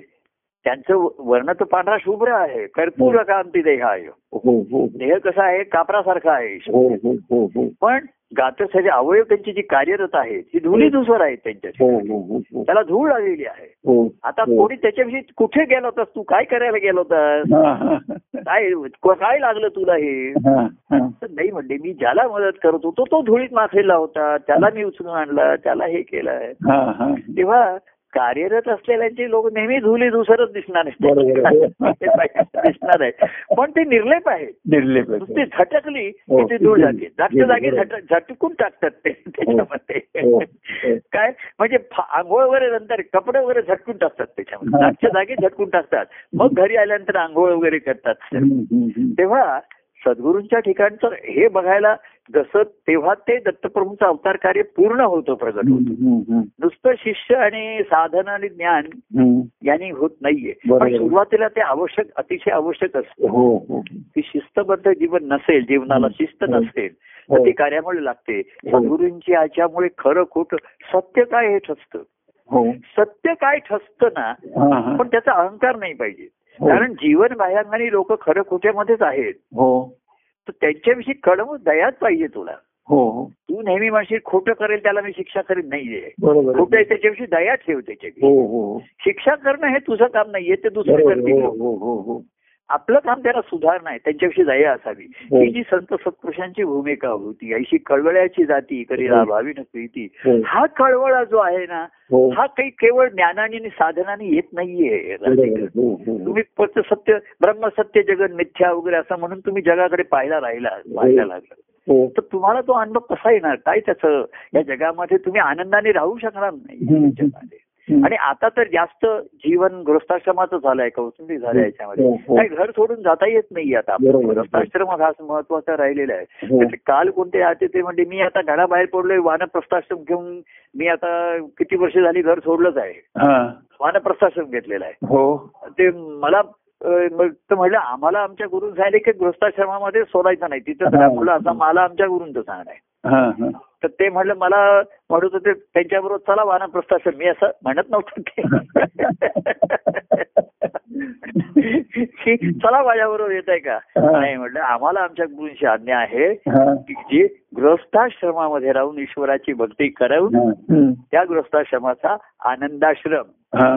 त्यांचं व- वर्ण तर पांढरा शुभ्र आहे कर्पूर कांती देह आहे हो हो देह कसा आहे कापरासारखा आहे हो हो हो हो पण गातसाचे अवयव त्यांची जी कार्यरत आहेत ही धुळी धुसर आहेत त्यांच्याशी हो हो हो हो त्याला धूळ लागलेली आहे हो आता हो. कोणी त्याच्याविषयी कुठे गेला होतास तू काय करायला गेला होतास हा, हा, काय काय लागलं तुला हे हा, हा. तर नाही म्हणले मी ज्याला मदत करत होतो तो धुळीत माथेला होता त्याला मी उचलून आणला त्याला हे केलंय हा, हा. तेव्हा कार्यरत असलेल्यांचे लोक नेहमी धुली धुसरच दिसणार आहेत. बरोबर आहे. ते पाहिजे, दिसणार आहे पण ते निर्लेप आहेत निर्लेप आहे. नुसती झटकली हो. की ते धूळ जाते जास्त बरोबर. जागी झट- झटकून टाकतात ते हो, हो. त्याच्यामध्ये काय म्हणजे फा- आंघोळ वगैरे नंतर कपडे वगैरे झटकून टाकतात त्याच्यामध्ये हा. जागच्या जागी झटकून टाकतात मग घरी आल्यानंतर आंघोळ वगैरे करतात हम्म, हम्म, हम्म. तेव्हा सद्गुरूंच्या ठिकाणचं हे बघायला जसं तेव्हा ते दत्तप्रभूंचं अवतार कार्य पूर्ण होतं प्रगट होतं हम्म, हम्म, हम्म. नुसतं शिष्य आणि साधन आणि ज्ञान हम्म. यांनी होत नाहीये बरोबर. पण सुरुवातीला ते आवश्यक अतिशय आवश्यक असतं हो हो की शिस्तबद्ध जीवन नसेल जीवनाला शिस्त हो. नसेल तर ते कार्यामुळे लागते सद्गुरूंची याच्यामुळे खरं खोट सत्य काय हे ठसतं हो सत्य काय ठसतं ना हा, हा. पण त्याचा अहंकार नाही पाहिजे हो. कारण जीवन बाह्यांनी लोक खरं खोट्यामध्येच आहेत हो तर त्यांच्याविषयी कडम दयाच पाहिजे तुला हो हो तू नेहमी म्हणशील खोटं करेल त्याला मी शिक्षा करीत नाहीये बरोबर खोटं आहे. आहे त्याच्याविषयी दया ठेव त्याच्याविषयी हो हो शिक्षा करणं हे तुझं काम नाहीये ते दुसरे बरोबर आहे. करतील हो लोक. हो हो हो आपलं काम त्याला सुधारणा आहे त्यांच्याविषयी दया असावी हो. ही जी संत सत्पुरुषांची भूमिका होती ऐशी कळवळ्याची जाती करीला हो. भावी न प्रीती हो हा कळवळा जो आहे ना हो हा काही केवळ ज्ञानाने आणि साधनाने येत नाहीये बरोबर आहे. हो हो हो. तुम्ही फक्त सत्य ब्रह्मसत्य जगन मिथ्या वगैरे असं म्हणून तुम्ही जगाकडे पाहायला राहिला पाहायला लागला हो तर तुम्हाला तो अनुभव कसा येणार काय त्याचं या जगामध्ये तुम्ही आनंदाने राहू शकणार नाही हम्म. या जगामध्ये. आणि आता तर जास्त जीवन गृहस्थाश्रमाचं झालंय कौटुंबिक झालं याच्यामध्ये हो, हो. काय घर सोडून जाता येत नाही आता आपल्याला. बरोबर. गृहस्थाश्रम हा महत्वाचा राहिलेला आहे हो तर काल कोणते आते ते म्हणजे मी आता घराबाहेर पडलोय वानप्रस्थाश्रम घेऊन मी आता किती वर्ष झाली घर सोडलंच आहे हा. वानप्रस्थाश्रम घेतलेला आहे हो ते मला अं, मग तर म्हणलं आम्हाला आमच्या गुरुन सांगितले की गृहस्थाश्रमामध्ये सोडायचं नाही तिथं हा. म्हणलं असं मला आमच्या गुरुंचं सांगणं आहे हा हा तर ते म्हणलं मला म्हणत होते त्यांच्याबरोबर चला वानप्रस्थाश्रम मी असं म्हणत नव्हतं ते की चला माझ्याबरोबर येत आहे का हा. नाही म्हटलं आम्हाला आमच्या गुरुंची आज्ञा आहे हा. की जे गृहस्थाश्रमामध्ये राहून ईश्वराची भक्ती करावून हम्म. त्या गृहस्थाश्रमाचा आनंदाश्रम हा.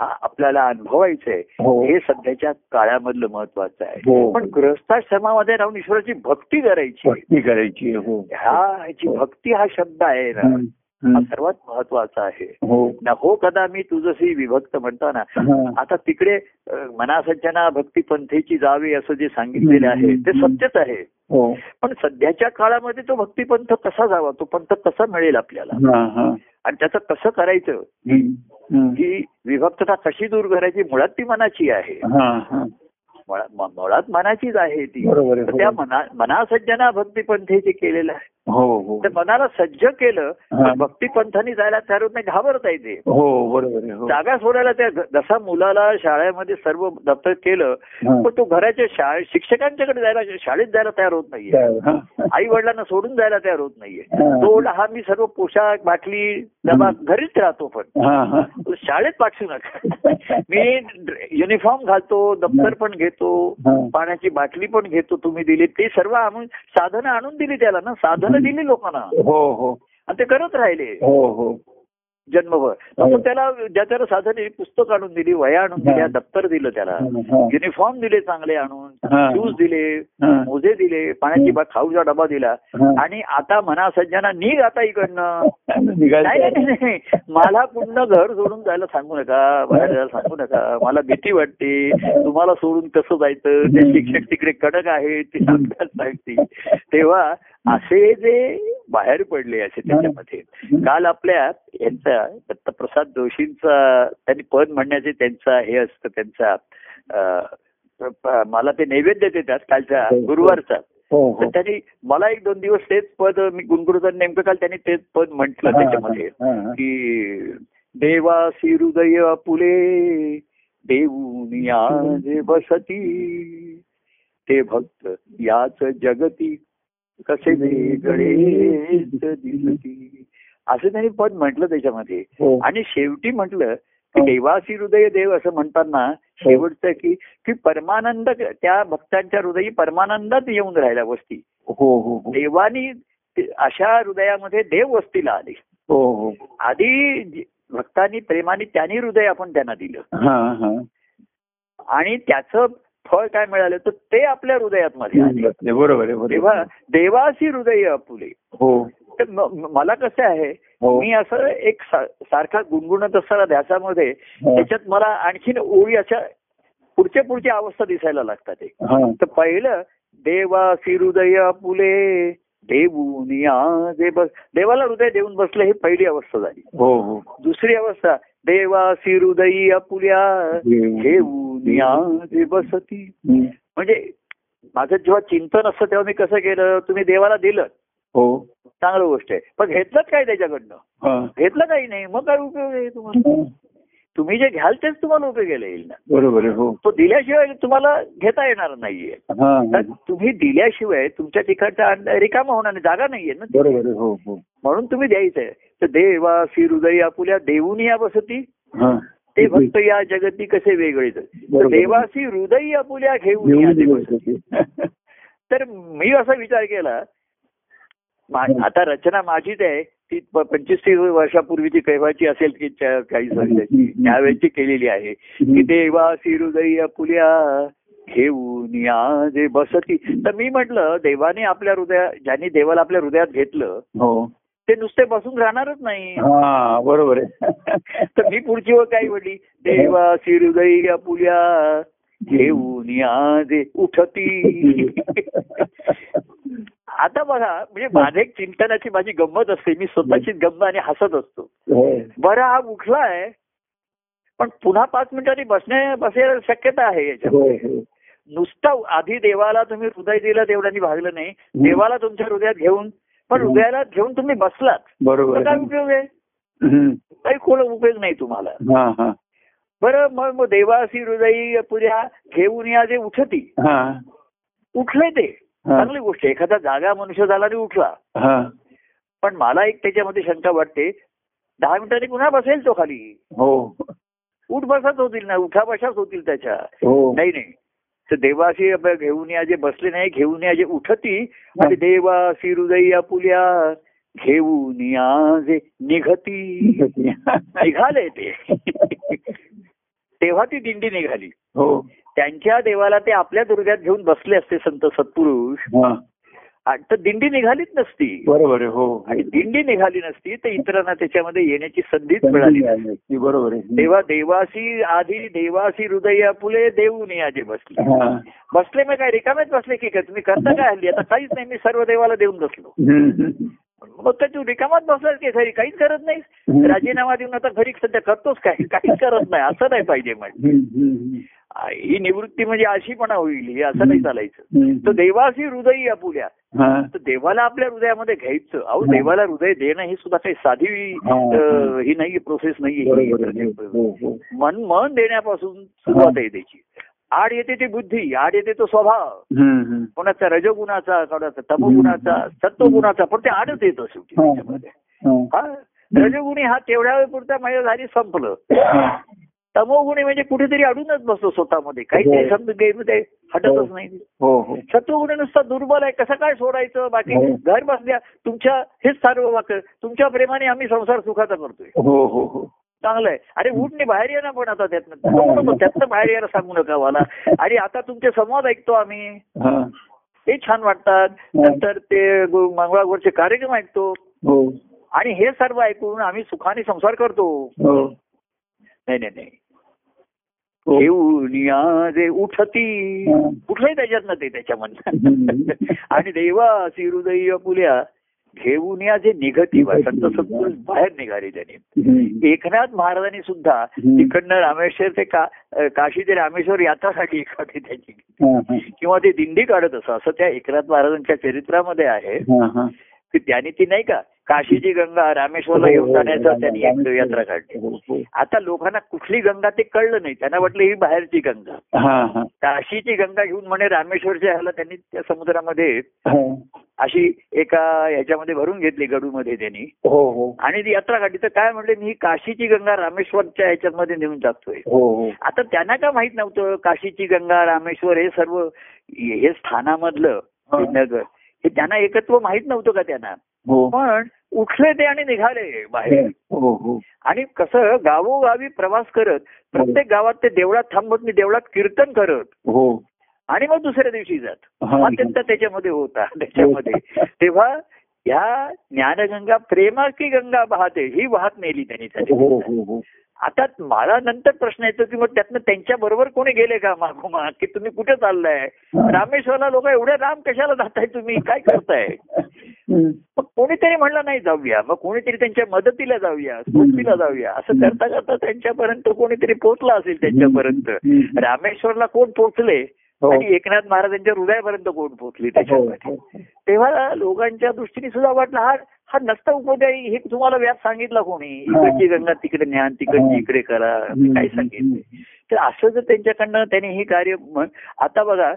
हा आपल्याला अनुभवायचा आहे हो हे सध्याच्या काळामधलं महत्वाचं आहे हो. पण गृहस्थाश्रमामध्ये राहून ईश्वराची भक्ती करायची आहे. भक्ती करायची आहे. हो ह्या जी भक्ती हा शब्द आहे ना हम्म. हा हम्म. सर्वात महत्वाचा आहे हो ना हो कदा मी तुझशी विभक्त म्हणताना हा. आता तिकडे अं, मनासंचना भक्ती पंथेची जावी असं जे सांगितलेलं आहे ते सत्यच आहे हो पण सध्याच्या काळामध्ये तो भक्तीपंथ कसा जावा तो पंथ कसा मिळेल आपल्याला हा हा आणि त्याचं कसं करायचं हम्म. हम्म. ही विभक्तता कशी दूर करायची मुळात ती मनाची आहे हा हा मुळा- म- मुळात मनाचीच आहे ती बरोबर तर आहे. त्या हो. मना मनासज्जना भक्तीपंथी जे केलेलं आहे हो हो तर मनाला सज्ज केलं हा. तर भक्तीपंथानी जायला तयार होत नाही घाबरता येते हो बरोबर आहे. हो जागा सोडायला त्या जसा मुलाला शाळेमध्ये सर्व दप्तर केलं हा. पण तो घराच्या शाळे शिक्षकांच्याकडे जायला शाळेत जायला तयार होत नाहीये काय? हा. आई वडिलांना सोडून जायला तयार होत नाहीये हा. तो ओरडा, हा मी सर्व पोशाख बाटली डबा घरीच राहतो पण हा हा तो शाळेत पाठवू नका मी युनिफॉर्म घालतो दप्तर पण घेतो हा. पाण्याची बाटली पण घेतो तुम्ही दिली ते सर्व आणून साधनं आणून दिली त्याला ना साधनं दिली लोकांना हो हो आणि ते करत राहिले हो हो जन्मभर हो. तसं त्याला ज्या त्याला साधन दिली पुस्तक आणून दिली वया आणून दिल्या हा. दप्तर दिलं त्याला हा. युनिफॉर्म दिले चांगले आणून हा. शूज दिले हा. मोजे दिले पाण्याची बा खाऊचा डबा दिला हा. आणि आता म्हणा सज्जना निघ आता इकडनं नाही नाही, निघायचं नाही नाही मला पुन्हा घर सोडून जायला सांगू नका बाहेर जायला सांगू नका मला भीती वाटते तुम्हाला सोडून कसं जायचं ते शिक्षक तिकडे कडक आहेत ते आपल्याला सांगतील तेव्हा असे जे बाहेर पडले असे त्याच्यामध्ये काल आपल्या यांचा दत्तप्रसाद जोशींचा त्यांनी पद म्हणण्याचे त्यांचा हे असतं त्यांचा अं, प- प- मला ते नैवेद्य देतात कालच्या गुरुवारचा हो तर हो त्यांनी मला एक दोन दिवस तेच पद मी गुणगुरुचा नेमकं काल त्यांनी तेच पद म्हटलं त्याच्यामध्ये हा, हा, हा. की देवासी हृदय आपुले देऊन जे बसती ते भक्त याच जगती कसे वेगळे दिसती असं त्यांनी पद म्हटलं त्याच्यामध्ये हो. आणि शेवटी म्हटलं की देवासी हृदय देव असं म्हणतात ना शेवटचं की की परमानंद त्या भक्तांच्या हृदयी परमानंदात येऊन राहिल्या गोष्टी हो हो हो देवानी ते- अशा हृदयामध्ये देव वस्तीला आले हो हो आधी जे- भक्तांनी प्रेमाने त्यांनी हृदय आपण त्यांना दिलं हा हा आणि त्याचं फळ काय मिळालं तर ते आपल्या हृदयात मध्ये आले बरोबर आहे, बरोबर आहे. तेव्हा देवासी हृदय आपुले हो तर म- म- मला कसं आहे हो मी असं एक सा- सारखा गुणगुणत असताना ध्यासामध्ये हा. त्याच्यात मला आणखीन ओळी अशा पुढच्या पुढच्या अवस्था दिसायला लागतात ते. हा. तर पहिलं देवासी हृदय आपुले देऊन या जे बस देवाला हृदय देऊन बसलं ही पहिली अवस्था झाली हो हो दुसरी अवस्था देवासी हृदयी आपुल्या घेऊन या जे बसती हम्म. म्हणजे माझं जेव्हा चिंतन असतं तेव्हा मी कसं केलं तुम्ही देवाला दिलं हो चांगली गोष्ट आहे पण घेतलंच काय त्याच्याकडनं हा. घेतलं काही नाही मग काय उपयोग आहे तुम्हाला बरोबर तुम्ही जे घ्याल तेच तुम्हाला उपयोगाला येईल ना आहे हो तो दिल्याशिवाय तुम्हाला घेता येणार नाहीये हा हा. तर तुम्ही दिल्याशिवाय तुमच्या ठिकाणचा अन्न रिकामा होणार नाही जागा नाहीये ना बरोबर आहे हो हो म्हणून तुम्ही द्यायचंय तर देवा श्री हृदय आपुल्या देऊन या बसती हा ते भक्त या जगती कसे वेगळे तर बरोबर. देवासी हृदय आपुल्या घेऊन या घेऊन ते येऊ बसती. शकते. तर मी असा विचार केला मा- आता रचना माझीच आहे ती प- पंचवीस तीस वर्षापूर्वीची केव्हाची असेल की त्या- काही सांगायची त्यावेळेची केलेली आहे की देवासी हृदय आपुल्या घेऊन या जे बसती तर मी म्हटलं देवाने आपल्या हृदया ज्यांनी देवाला आपल्या हृदयात घेतलं हो ते नुसते बसून राहणारच नाही हा बरोबर आहे तर मी पुढची वर काय म्हटली देवासी हृदय आपुल्या घेऊन या जे उठती आता बघा म्हणजे माझे एक चिंतनाची माझी गंमत असते मी स्वतःचीच गंमत आणि हसत असतो हो. बरं हा उठलाय पण पुन्हा पाच मिनिटांनी बसण्या बसायला शक्यता आहे याच्यात हो, हो. नुसता आधी देवाला तुम्ही हृदय दिलं देवळांनी भागलं नाही देवाला तुमच्या हृदयात घेऊन पण हम्म. हो, हृदयाला घेऊन तुम्ही बसलात तर बरोबर काय आहे. उपयोग आहे हम्म. काही कोण उपयोग नाही तुम्हाला हा हा बरं मग मग देवासी हृदय पुऱ्या घेऊन या जे उठती हा उठले ते हा. चांगली गोष्ट आहे. एखादा जागा मनुष्य झाला आणि उठला हा पण मला एक त्याच्यामध्ये शंका वाटते दहा मिनिटांनी पुन्हा बसेल तो खाली हो उठ बसाच होतील ना उठा बसाच होतील त्याच्या हो नाही नाही तर देवाशी आप- घेऊन या जे बसले नाही घेऊन या जे उठती आणि देवाशी हृदय आपुल्या घेऊन या जे निघती निघाले ते तेव्हा ती दिंडी निघाली हो त्यांच्या देवाला ते आपल्या दुर्गात घेऊन बसले असते संत सत्पुरुष हा आणि तर दिंडी निघालीच नसती बरोबर आहे हो आणि दिंडी निघाली नसती तर इतरांना त्याच्यामध्ये येण्याची संधीच मिळाली नसती. ती बरोबर आहे तेव्हा देवासी आधी देवासी हृदय आपुले देऊन या जे बसले हा. बसले मग काय रिकामेच बसले की काय तुम्ही करता काय हल्ली आता काहीच नाही मी सर्व देवाला देऊन बसलो हम्म. मग तर तू रिकामात बसलास की घरी काहीच करत नाही हम्म. राजीनामा देऊन आता घरी सध्या करतोस काय काहीच करत नाही असं नाही पाहिजे म्हणजे हम्म, हम्म, ही निवृत्ती म्हणजे अशीपणा होईल हे असं नाही चालायचं हम्म. तर देवासी हृदय आपुल्या हा. तर देवाला आपल्या हृदयामध्ये घ्यायचं अहो हं. देवाला हृदय देणं ही सुद्धा काही साधी हं, अं, ही नाही प्रोसेस हो, बरोबर आहे. नाही हो, हो. मन मन देण्यापासून सुरुवात आहे त्याची आड येते ती बुद्धी आड येते तो स्वभाव हम्म, हम्म. कोणाचा रजगुणाचा कोणाचा तमगुणाचा सत्वगुणाचा पण ते आडच येतो शेवटी हं. त्याच्यामध्ये. हा. हा रजगुणी हा तेवढ्या वेळपुरता माझ्या झाली संपलं हा. तमोगुणी म्हणजे कुठेतरी अडूनच बसतो स्वतःमध्ये हो. काहीतरी समजून गेमध्ये हटतच हो. नाही हो हो सत्वगुण नुसता दुर्बल आहे कसं काय सोडायचं बाकी हो. घर बसल्या तुमच्या हेच सर्व वाक्य तुमच्या प्रेमाने आम्ही संसार सुखाचा करतोय हो हो हो चांगलं आहे अरे उठणे बाहेर ये ना पण आता त्यातनं हो. नको, नको, त्यातनं बाहेर यायला सांगू नका मला आणि आता तुमचे संवाद ऐकतो आम्ही हा. ते छान वाटतात हो. नंतर ते गु- मंगळागौरचे कार्यक्रम ऐकतो हो आणि हे सर्व ऐकून आम्ही सुखाने संसार करतो हो नाही नाही नाही हो. घेऊन या जे उठती हा. कुठलंही त्याच्यात ना ते त्याच्यामधनं हम्म. आणि देवा हृदय पुल्या घेऊन या जे निघती बा, संत सत्पुरुष बाहेर निघाले त्याने हम्म. एकनाथ महाराजांनी सुद्धा तिकडनं रामेश्वर ते का अं, काशी ते रामेश्वर यात्रासाठी एखादी त्याची हा, हा. किंवा ते दिंडी काढत असं असं त्या एकनाथ महाराजांच्या चरित्रामध्ये आहे हा, हा. की त्यांनी ती नाही का काशीची गंगा रामेश्वरला हो, येऊन हो, जाण्याचा हो, त्यांनी रामेश्वर. एक यात्रा काढली हो, हो. आता लोकांना कुठली गंगा ते कळलं नाही त्यांना वाटलं ही बाहेरची गंगा हा, हा. काशीची गंगा घेऊन म्हणे रामेश्वरच्या ह्याला त्यांनी त्या समुद्रामध्ये हा. अशी एका ह्याच्यामध्ये भरून घेतली गडूमध्ये त्यांनी हो हो आणि ती यात्रा काढली तर काय म्हणले मी काशीची गंगा रामेश्वरच्या ह्याच्यामध्ये नेऊन टाकतोय हो हो आता त्यांना काय माहित नव्हतं काशीची गंगा रामेश्वर हे सर्व हे स्थानामधलं हे नगर हे त्यांना एकत्व माहित नव्हतं का त्यांना हो पण उठले ते आणि निघाले बाहेर हो हो आणि कसं गावोगावी प्रवास करत प्रत्येक गावात ते देवळात थांबत मी देवळात कीर्तन करत हो आणि मग दुसऱ्या दिवशी जात हा. अत्यंत त्याच्यामध्ये होता त्याच्यामध्ये तेव्हा या ज्ञानगंगा प्रेमाची गंगा वाहते ही वाहत नेली त्यांनी हो त्याने हो हो आता मला नंतर प्रश्न येतो की मग त्यातनं त्यांच्या बरोबर कोणी गेले का मागोमाग की तुम्ही कुठे चाललाय रामेश्वरला लोक एवढे राम कशाला जाताय तुम्ही काय करताय हम्म. मग कोणीतरी म्हणलं नाही जाऊया मग कोणीतरी त्यांच्या मदतीला जाऊया सोबतीला जाऊया असं करता करता त्यांच्यापर्यंत कोणीतरी पोहोचला असेल त्यांच्यापर्यंत हम्म. रामेश्वरला कोण पोहोचले हो. आणि एकनाथ महाराजांच्या हृदयापर्यंत कोण पोहोचली त्याच्यामध्ये हो, तेव्हा लोकांच्या दृष्टीने सुद्धा वाटलं हा हा नसता उपाध्याय हे तुम्हाला व्यास सांगितला कोणी हा. इकडची गंगा तिकडे ज्ञान तिकडची इकडे करा हम्म. काय सांगितलं तर असं जर त्यांच्याकडनं त्यांनी हे कार्य म- आता बघा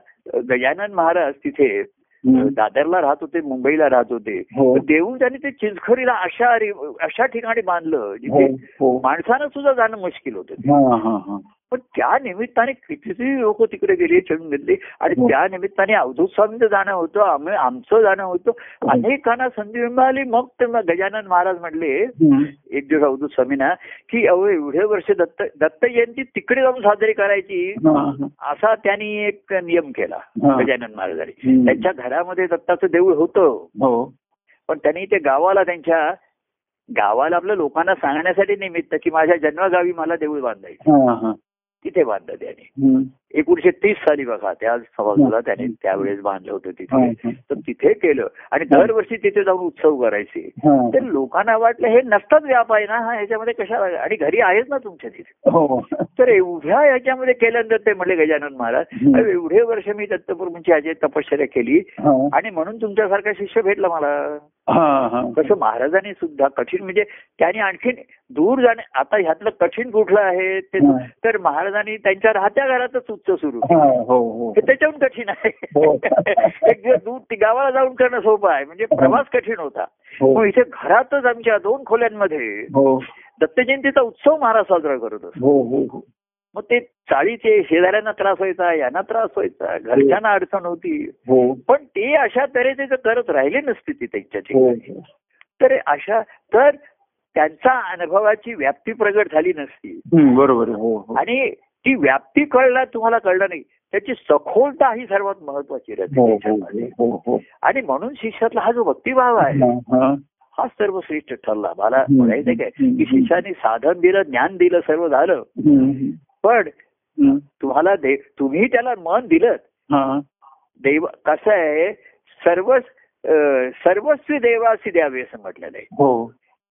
गजानन महाराज तिथे Ờ, हम्म. दादरला राहत होते मुंबईला राहत होते हो. देऊन त्यांनी ते चिंचखोरीला अशा रे- अशा ठिकाणी बांधलं जिथे हो, हो. माणसानं सुद्धा जाणं मुश्किल होतं हा हा हा पण त्या निमित्ताने कितीतरी लोक तिकडे गेले चढून घेतले आणि हो. त्या निमित्ताने अवधूत स्वामींचं जाणं होतं आम्ही आमचं जाणं होतं Ờ, ừ, अनेकांना संधी मिळाली मग ते मग गजानन महाराज म्हणले हम्म. एक दिवस अवधूत स्वामींना की अहो एवढे वर्ष दत्त दत्त जयंती तिकडे जाऊन साजरी करायची हा, हा. असा त्यांनी एक नियम केला हा. गजानन महाराजांनी हम्म. त्यांच्या घरामध्ये दत्ताचं देऊळ होतं हो पण त्यांनी ते गावाला त्यांच्या गावाला आपल्या लोकांना सांगण्यासाठी निमित्त की माझ्या जन्मगावी मला देऊळ बांधायचं हा हा तिथे बांधलं त्याने हम्म. एकोणीशे तीस साली बघा त्या सभागृहाला त्याने त्यावेळेस बांधलं होतं हा, तिथे हा. तर तिथे केलं आणि दरवर्षी तिथे जाऊन उत्सव करायचे हा. तर लोकांना वाटलं हे नसताच व्याप आहे ना हा ह्याच्यामध्ये कशाला आणि घरी आहेच ना तुमच्या तिथे हो तर एवढ्या ह्याच्यामध्ये केल्यानंतर ते म्हणले गजानन महाराज हम्म. अरे एवढे वर्ष मी दत्तप्रभूंची अजय तपश्चर्या केली हा. आणि म्हणून तुमच्यासारखा शिष्य भेटला मला हा, हा. तसं महाराजांनी सुद्धा कठीण म्हणजे त्यांनी आणखीन दूर जाणे आता ह्यातलं कठीण कुठलं आहे ते हा. तर महाराजांनी त्यांच्या राहत्या घरातच उच्च सुरू हा, हो हो हे त्याच्याहून कठीण आहे हो. एक दिवस दूर ती गावाला जाऊन करणं सोपं आहे म्हणजे प्रवास कठीण होता हो. मग इथे घरातच आमच्या दोन खोल्यांमध्ये हो दत्तजयंतीचा उत्सव महाराज साजरा करत असतो हो हो हो मग ते चाळीचे शेजाऱ्यांना त्रास व्हायचा यांना त्रास व्हायचा घरच्यांना अडचण होती हो पण ते अशा तऱ्हेचे जर करत राहिले नसते ते त्यांच्या हो ठिकाणी तर अशा तर त्यांचा अनुभवाची व्याप्ती प्रगट झाली नसती हम्म, बरोबर आहे. हो हो आणि ती व्याप्ती कळला तुम्हाला कळलं नाही त्याची सखोलता ही सर्वात महत्वाची हो रचना हो हो हो आणि म्हणून शिष्यातला हा जो Ờ, भक्तिभाव आहे हा, हा. हा सर्वश्रेष्ठ ठरला मला हम्म. म्हणायचं काय की हम्म. शिष्याने साधन दिलं ज्ञान दिलं सर्व झालं Ừ, हम्म, पण हम्म. तुम्हाला दे तुम्ही त्याला मन दिलं हा. देव कसं आहे सर्व सर्वस्वी देवासी द्यावे असं म्हटलेलं आहे हो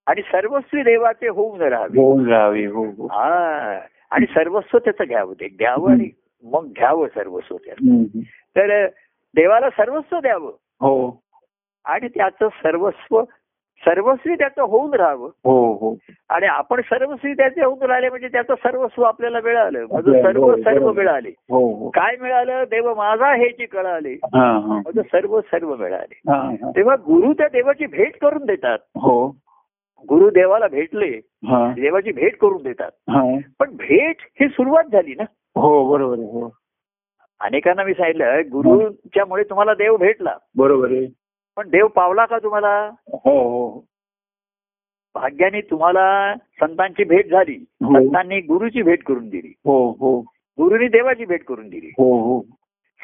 आणि सर्वस्वी देवाचे होऊन राहावे घेऊन राहावी हो हो हा आणि सर्वस्व त्याचं घ्यावं ते घ्यावं आणि मग घ्यावं सर्वस्व त्याचं हम्म. तर देवाला सर्वस्व द्यावं हो आणि त्याचं सर्वस्व सर्वस्वी त्याचं होऊन राहावं हो हो आणि आपण सर्वस्वी त्याचे होऊन राहिले म्हणजे त्याचं सर्वस्व आपल्याला मिळालं माझं आपल्याला, सर्व बरोबर. सर्व मिळाले हो हो काय मिळालं देव माझा हे जी कळाले हा हा माझं म्हणजे सर्व सर्व मिळाले हा हा. तेव्हा गुरु त्या देवाची भेट करून देतात हो गुरु देवाला भेटले हा देवाची भेट करून देतात हा पण भेट ही सुरुवात झाली ना हो बरोबर आहे हो अनेकांना मी सांगितलं गुरुच्यामुळे तुम्हाला देव भेटला बरोबर आहे पण देव पावला का तुम्हाला हो हो भाग्याने तुम्हाला संतांची भेट झाली हो. संतांनी गुरुची भेट करून दिली हो हो गुरुनी देवाची भेट करून दिली हो हो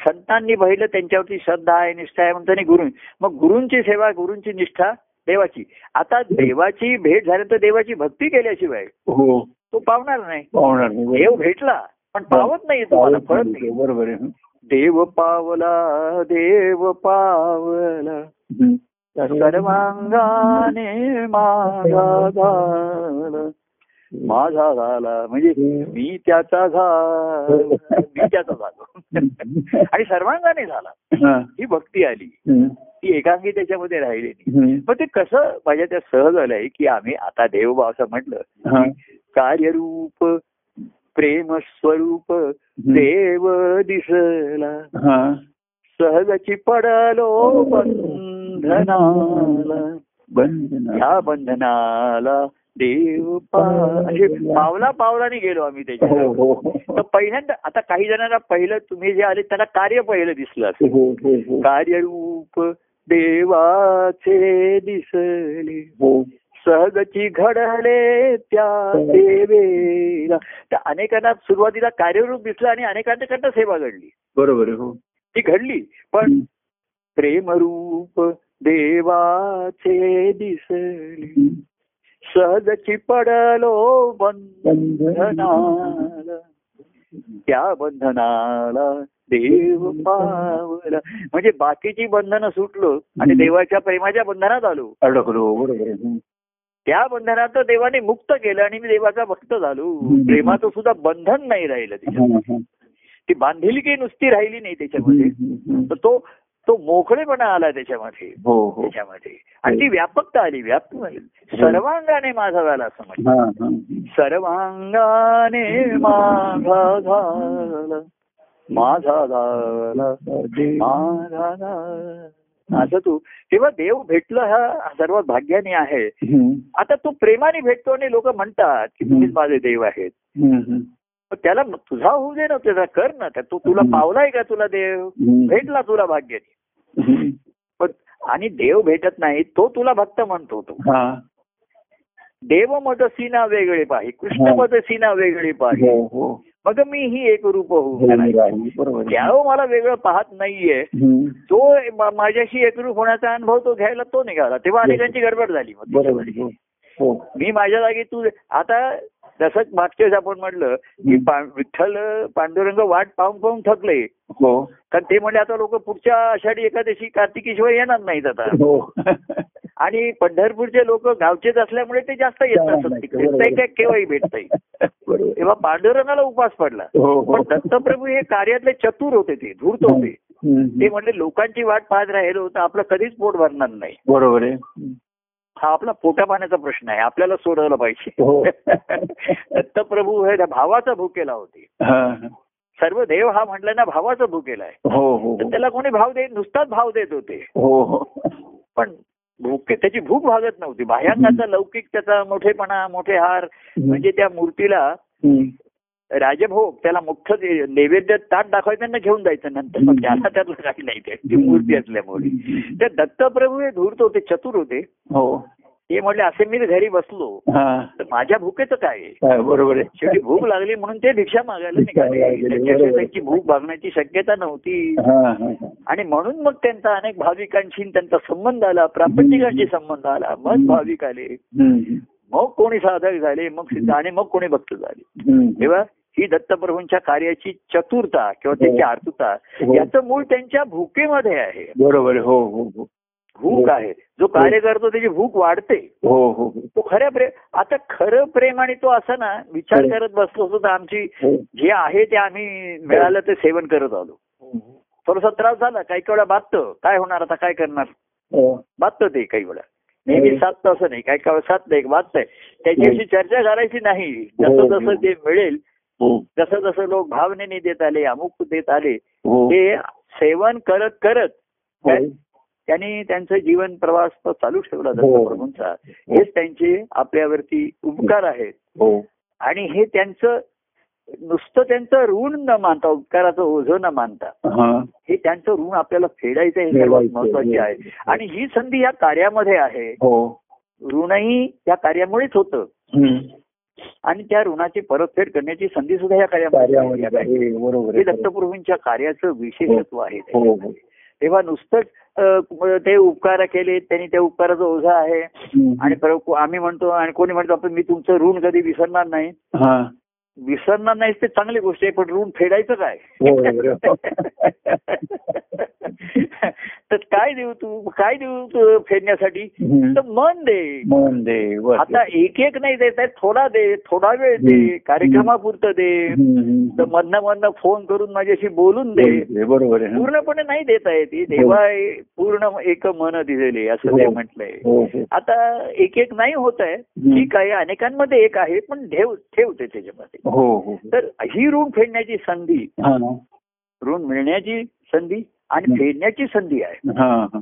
संतांनी पाहिलं त्यांच्यावरती श्रद्धा आहे निष्ठा आहे म्हणून त्यांनी गुरु मग गुरुंची सेवा गुरुंची निष्ठा देवाची आता देवाची भेट झाल्यानंतर देवाची भक्ती केल्याशिवाय हो तो पावणार नाही पाहुणार नाही देव भेटला पण पावत नाही तुम्हाला फळत नाही बरोबर आहे देव पावला देव पावला हम्म. सर्वांगाने माझा झाला माझा झाला म्हणजे मी त्याचा झालो मी त्याचा झालो आणि सर्वांगाने झाला हा. ही भक्ती आली हम्म. ती एकांगी त्याच्यामध्ये राहिली नाही. हम्म. मग ते कसं माझ्या त्या सहज आलंय की आम्ही आता देवबा असं म्हटलं हा. कार्यरूप प्रेम स्वरूप देव दिसला हा. सहजची पडलो बंधनाला बंधना या बंधनाला देव पा- असे पावला पावलाने गेलो आम्ही त्याच्या हो हो तर पहिल्यांदा आता काही जणांना पहिलं तुम्ही जे आले त्यांना कार्य पहिलं दिसलं असेल हो हो हो कार्यरूप देवाचे दिसले हो सहजची घडले त्या देवेला तर अनेकांना सुरुवातीला कार्यरूप दिसलं आणि अनेकांच्याकडनं सेवा घडली बरोबर आहे, हो ती घडली पण प्रेमरूप देवाचे दिसले सहजची पडलो बंधनाला त्या बंधनाला देव पावला म्हणजे बाकीची बंधनं सुटलो आणि हम्म. देवाच्या प्रेमाच्या बंधनात आलो अडकलो बरोबर आहे. त्या बंधनात तर देवाने मुक्त केलं आणि मी देवाचा भक्त झालो हम्म. प्रेमाचं सुद्धा बंधन नाही राहिलं त्याच्यात हं, हं. ती बांधिलकी नुसती राहिली नाही त्याच्यामध्ये तर तो तो मोकळेपणा आला त्याच्यामध्ये हो हो त्याच्यामध्ये आणि ती व्यापकता आली व्याप्त झाली. सर्वांगाने माझा झाला असं म्हणजे हा हा सर्वांगाने माझा झाला माझा झाला माझा झाला. असं तू तेव्हा देव भेटलं हा सर्वात भाग्याने आहे हं, आता तो प्रेमाने भेटतो आणि लोक म्हणतात की तुम्हीच माझे देव आहेत हं, हं. पण त्याला म- तुझा होऊ दे ना त्याचा कर ना त्या- तो तुला पावलाय का तुला देव हं. भेटला तुला भाग्याने हं. पण आणि देव भेटत नाही तो तुला भक्त म्हणतो तो हा देव मतसीना वेगळे पाहि कृष्ण मतसीना वेगळे पाहि हो हो मग मी ही एक रूप होऊ बरोबर नाही आहे, बरोबर आहे. त्यावर मला वेगळं पाहत नाहीये हं. तो मा- माझ्याशी एकरूप होण्याचा अनुभव तो घ्यायला तो निघाला तेव्हा अनेकांची गडबड झाली मग बरोबर आहे, हो हो मी माझ्या जागी तू आता जसं मागच्या वेळेस आपण म्हटलं की पा- विठ्ठल पांडुरंग वाट पाहून पाहून थकले हो कारण ते म्हणले आता लोक पुढच्या आषाढी एकादशी कार्तिकेश्वर येणार नाहीत आता हो आणि पंढरपूरचे लोक गावचेच असल्यामुळे ते जास्त येत असत तिकडे काय केव्हाही भेटतंय बरोबर तेव्हा पांडुरंगाला उपास पडला हो हो पण दत्तप्रभू हे कार्यातले चतुर होते ते धूर्त होते हं, हं. ते म्हणले लोकांची वाट पाहत राहिलो तर आपलं कधीच पोट भरणार नाही बरोबर आहे हं. हा आपला पोटा पाण्याचा प्रश्न आहे आपल्याला सोडवला पाहिजे हो दत्तप्रभू हे भावाचा भुकेला होते हा. सर्व देव हा म्हटलं ना भावाचा भुकेला आहे हो हो तर त्याला कोणी भाव देत नुसताच भाव देत होते हो हो पण भूक त्याची भूक भागत नव्हती भायंगाचा लौकिक त्याचा मोठेपणा मोठे हार म्हणजे त्या मूर्तीला हं. राजभोग त्याला मुख्य ते नैवेद्य ताट दाखवायचं आणि घेऊन जायचं नंतर हम्म. पण त्याला त्यातलं काही नाही ते ती मूर्ती असल्यामुळे त्या दत्तप्रभू हे धूर्त होते चतुर होते हो ते म्हटले असे मी घरी बसलो हा तर माझ्या भुकेचं काय आहे? हा, बरोबर आहे शेवटी भूक लागली म्हणून ते भिक्षा मागायला निघाले भिक्षा मागायला, त्यांच्याकडे बरोबर. त्यांची भूक भागण्याची शक्यता नव्हती हा हा हा. आणि म्हणून मग त्यांचा अनेक भाविकांशी त्यांचा संबंध आला प्रापंचिकांशी संबंध आला मग हम्म. भाविक आले हम्म. मग कोणी साधक झाले मग सिद्ध आणि मग कोणी भक्त झाले हम्म. तेव्हा ही दत्तप्रभूंच्या कार्याची चतुरता किंवा त्यांची हो. आर्तुता हो. याचं मूळ त्यांच्या भूकेमध्ये आहे बरोबर आहे. हो हो हो भूक हो. आहे जो कार्य करतो त्याची भूक वाढते हो हो हो. तो खऱ्या प्रेम आता खरं प्रेम आणि तो असा ना विचार हो. करत बसलो असतो तर आमची हो. जे आहे ते आम्ही मिळालं ते सेवन करत आलो थोडासा त्रास झाला काही काही वेळा बाधतं काय होणार आता काय करणार हो. बाधतं ते काही वेळा नेहमी सात तास नाही काही काही वेळा सात नाही बाधतंय त्याच्याविषयी चर्चा करायची नाही जसं हो. जसं ते मिळेल हो. जसं जसं लोक भावनेने देत आले अमुक देत आले हो. ते सेवन करत करत हो. त्यांनी त्यांचा जीवन प्रवास तो चालू ठेवला हो. दत्तप्रभूंचा हेच त्यांचे आपल्यावरती उपकार आहेत हो. आणि हे त्यांचं नुसतं त्यांचं ऋण न मानता उपकाराचं ओझं न मानता हा. हे त्यांचं ऋण आपल्याला फेडायचं हे सर्वात महत्वाचे आहे आणि ही संधी या कार्यामध्ये आहे हो. ऋणही या कार्यामुळेच होतं हम्म. आणि त्या ऋणाची परतफेड करण्याची संधी सुद्धा या कार्यामध्ये कार्यामध्ये आहे. आहे. बरोबर हे आहे. दत्तप्रभूंच्या कार्याचं विशेषत्व आहे हो हो तेव्हा नुसतंच अ, क- ते उपकार केले त्यांनी त्या उपकाराचा ओझा आहे हम्म. आणि परत को- आम्ही म्हणतो आणि कोणी म्हणतो आपण मी तुमचं ऋण कधी विसरणार नाही हा. विसरणार नाही ते चांगली गोष्ट आहे पण ऋण फेडायचं काय बरोबर आहे. तर काय देऊ तू काय देऊ तू फेडण्यासाठी तर हम्म. मन दे मन दे वर. आता एक एक नाही देत आहे थोडा दे थोडा वेळ हम्म. दे कार्यक्रमापुरतं दे हम्म, हम्म. तर मधनं मधनं फोन करून माझ्याशी बोलून दे दे. बरोबर आहे हं. पूर्णपणे नाही देता येते देवा पूर्ण एक मन दिलेले असं ते हो. म्हटलंय हो हो आता एक एक नाही होत आहे ठीक आहे अनेकांमध्ये एक आहे पण ठेव ठेवते त्याच्यामध्ये हो हो तर ही ऋण फेडण्याची संधी हा ना. ऋण मिळण्याची संधी आणि फेडण्याची संधी आहे हा, हा.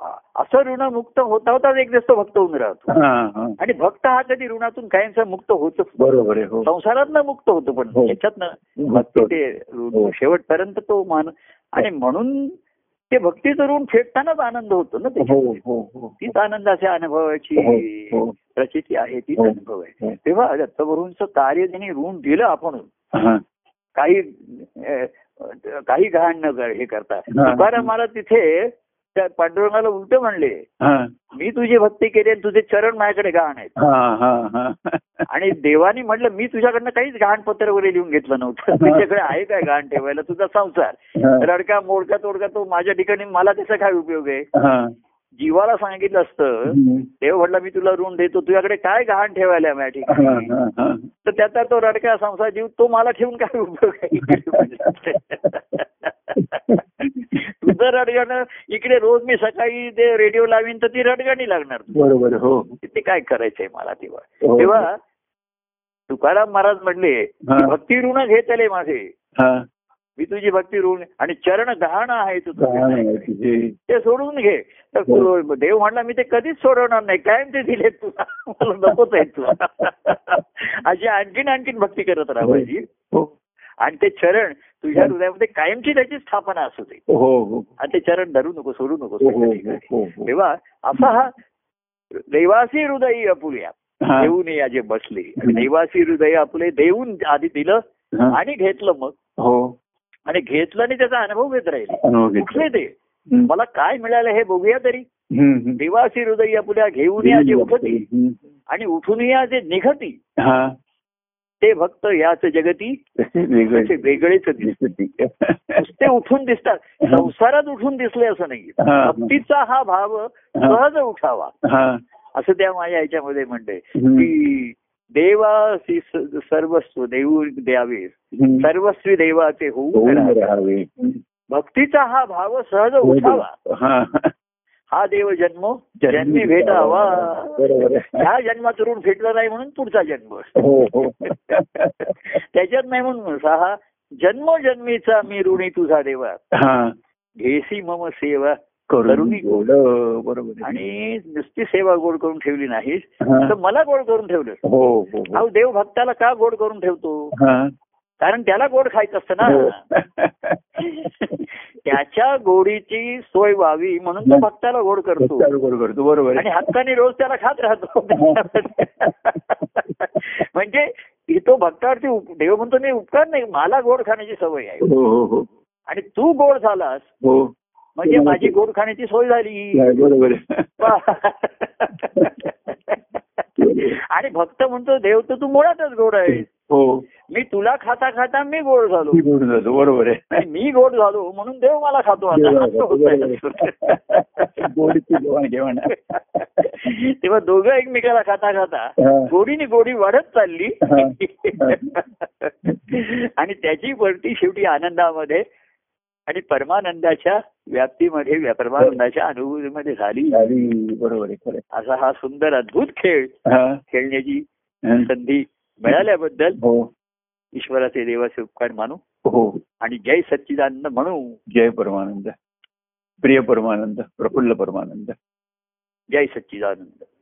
हा. असं ऋणमुक्त होता होताच एक दिवस तो भक्त होऊन राहतो हा, हा. आणि भक्त हा कधी ऋणातून कायमचा मुक्त होतो बरोबर आहे हो संसारात मुक्त होतो पण हो. त्याच्यातनं भक्त भक्ती ते हो. ऋण शेवटपर्यंत तो मान आणि म्हणून ते भक्तीचं ऋण फेडतानाच आनंद होतो ना हो त्याच्यामध्ये हो हो तीच आनंदाच्या अनुभवाची हो, हो. प्रचिती आहे तीच हो. अनुभव हो. आहे तेव्हा दत्तप्रभूंचं कार्य त्यांनी ऋण दिलं आपण हा. काही अ, अ, काही घाण न कर- हे करता हा. तुकाराम मला तिथे त्या पांडुरंगाला उलट म्हणले हा, मी तुझी भक्ती केली आणि तुझे चरण माझ्याकडे गहाण आहेत हा, हा, हा. आणि देवाने म्हटलं मी तुझ्याकडनं काहीच गहाण पत्र वगैरे लिहून घेतलं नव्हतं तुझ्याकडे आहे काय गहाण ठेवायला तुझा संसार हा, रडका मोडका तोडका तो माझ्या ठिकाणी मला त्याचा काय उपयोग आहे हा. जीवाला सांगितलं असतं हम्म. देव म्हटलं मी तुला ऋण देतो तुझ्याकडे काय गहाण ठेवायला आहे माझ्या हा, ठिकाणी हा, हा. तर त्याचा तो रडका संसार जीव तो मला ठेवून काय उपयोग आहे तुझं रडगाणं इकडे रोज मी सकाळी ते रेडिओ लावीन तर ती रडगाणी लागणार बरोबर हो ते काय करायचंय मला तेव्हा हो. तेव्हा तुकाराम महाराज म्हणले हा. भक्ती ऋण घेतले माझे हा. मी तुझी भक्ती ऋण आणि चरण गहाण आहे गाणं आहे तुझं तुझे. ते सोडून घे तर हो. तू- देव म्हणला मी ते कधीच सोडवणार नाही कायम ते दिले तुला मला नकोच आहे तुला अशी आणखीन आणखीन भक्ती करत राहायची हो आणि ते चरण तुझ्या हो. हृदयामध्ये कायमची त्याची स्थापना असू दे हो हो आणि ते चरण धरू नको सोडू नको हो, हो, हो, हो. तेव्हा असा हा देवासी हृदय अपुल्या हा. देऊन या जे बसले हम्म. देवासी हृदय आपले देऊन आधी दिलं हा. आणि घेतलं मग हो आणि घेतलं आणि त्याचा अनुभव घेत राहील अनुभव घेतला. कुठले ते हम्म. मला काय मिळालं हे बघूया तरी हम्म, हम्म. देवासी हृदय आपल्या घेऊन या जे उठती हम्म. आणि उठून या जे निघती हा ते भक्त याच जगती तसे वेगळे असे वेगळेच दिसते नुसते उठून दिसतात संसारात उठून दिसले असं नाही हा. भक्तीचा हा भाव सहज उठावा हा. असं त्या माझ्या याच्यामध्ये म्हणते हम्म. की देवासी स- सर्वस्व देऊ द्यावे हम्म. सर्वस्वी देवाचे होऊन होऊन राहा. राहावे. भक्तीचा हा भाव सहज उठावा हा. हा देव जन्म जन्मी जन्मी भेटावा बरोबर आहे. ह्या जन्मात ऋण फेटला नाही म्हणून पुढचा जन्म हो हो त्याच्यात नाही म्हणून सहा जन्म जन्मीचा मी ऋणी तुझा देवा हा घेसी मम सेवा करुणी करुणी. गोड बरोबर आहे. आणि नुसती सेवा गोड करून ठेवली नाही हा. तर मला गोड करून ठेवलं हो हो हो. अहो देव भक्ताला का गोड करून ठेवतो हा. कारण त्याला गोड खायचं असतं हो. ना त्याच्या गोडीची सोय व्हावी म्हणून तो भक्ताला गोड करतो बरोबर करतो बरोबर आणि आहे. हक्काने रोज त्याला खात राहतो म्हणजे ही तो भक्तावरती उप- देव म्हणतो नाही उपकार नाही मला गोड खाण्याची सवय आहे हो हो हो आणि तू गोड झालास हो म्हणजे माझी गोड खाण्याची सोय झाली नाही, बरोबर आहे. वाह. आणि भक्त म्हणतो देव तर तू मुळातच गोड आहे हो मी तुला खाता खाता मी गोड झालो मी बोलून जातो बरोबर आहे आणि मी गोड झालो म्हणून देव मला खातो आता असं होतंय. गोडीची देवाणघेवाण तेव्हा दोघं एकमेकाला खाता खाता हा. गोडीने गोडी वाढत चालली हा. आणि त्याची वरती शेवटी आनंदामध्ये आणि परमानंदाच्या व्याप्तीमध्ये व्या- परमानंदाच्या अनुभूतीमध्ये झाली आणि बरोबर आहे खरं असा हा सुंदर अद्भुत खेळ आहे. खेळण्याची हा. हा. संधी मिळाल्याबद्दल हो ईश्वराचे देवाचे उपकार मानू हो आणि जय सच्चिदानंद म्हणू जय परमानंद प्रिय परमानंद प्रफुल्ल परमानंद जय सच्चिदानंद